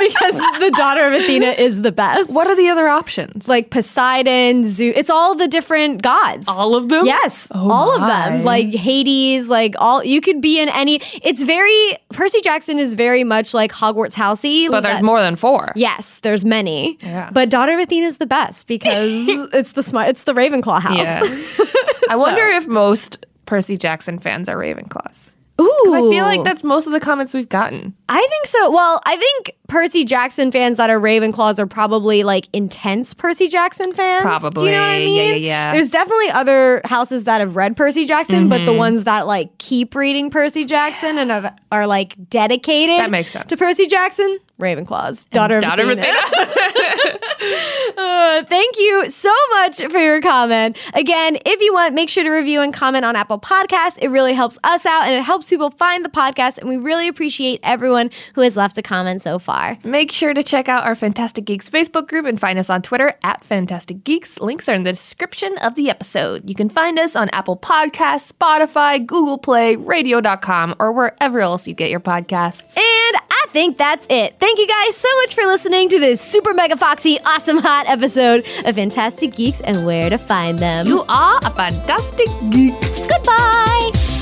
[SPEAKER 3] because the daughter of Athena is the best.
[SPEAKER 1] What are the other options?
[SPEAKER 3] like Poseidon, Zeus? It's all the different gods.
[SPEAKER 1] all of them?
[SPEAKER 3] Yes,
[SPEAKER 1] Oh
[SPEAKER 3] all of
[SPEAKER 1] my.
[SPEAKER 3] them. Like Hades, like all you could be in any. It's very Percy Jackson is very much like Hogwarts housey.
[SPEAKER 1] But there's more than four.
[SPEAKER 3] Yes, there's many.
[SPEAKER 1] Yeah.
[SPEAKER 3] But Daughter of Athena is the best because it's the smart. It's the Ravenclaw house.
[SPEAKER 1] I wonder if most Percy Jackson fans are Ravenclaws.
[SPEAKER 3] Ooh,
[SPEAKER 1] I feel like that's most of the comments we've gotten.
[SPEAKER 3] I think so. Well, I think Percy Jackson fans that are Ravenclaws are probably like intense Percy Jackson fans. Do
[SPEAKER 1] Probably.
[SPEAKER 3] you know what I
[SPEAKER 1] Yeah,
[SPEAKER 3] mean?
[SPEAKER 1] yeah, yeah.
[SPEAKER 3] There's definitely other houses that have read Percy Jackson, but the
[SPEAKER 1] Mm-hmm.
[SPEAKER 3] ones that like keep reading Percy Jackson and are, are like dedicated
[SPEAKER 1] That makes sense.
[SPEAKER 3] to Percy Jackson, Ravenclaws, daughter of
[SPEAKER 1] Daughter of
[SPEAKER 3] Athena.
[SPEAKER 1] Athena.
[SPEAKER 3] Uh, thank you so much for your comment. Again, if you want, make sure to review and comment on Apple Podcasts. It really helps us out and it helps people find the podcast. And we really appreciate everyone who has left a comment so far.
[SPEAKER 1] Make sure to check out our Fantastic Geeks Facebook group and find us on Twitter at Fantastic Geeks. Links are in the description of the episode. You can find us on Apple Podcasts, Spotify, Google Play, Radio.com, or wherever else you get your podcasts.
[SPEAKER 3] And I think that's it. Thank you guys so much for listening to this super mega foxy, awesome hot episode of Fantastic Geeks and Where to Find Them.
[SPEAKER 1] You are a fantastic geek.
[SPEAKER 3] Goodbye.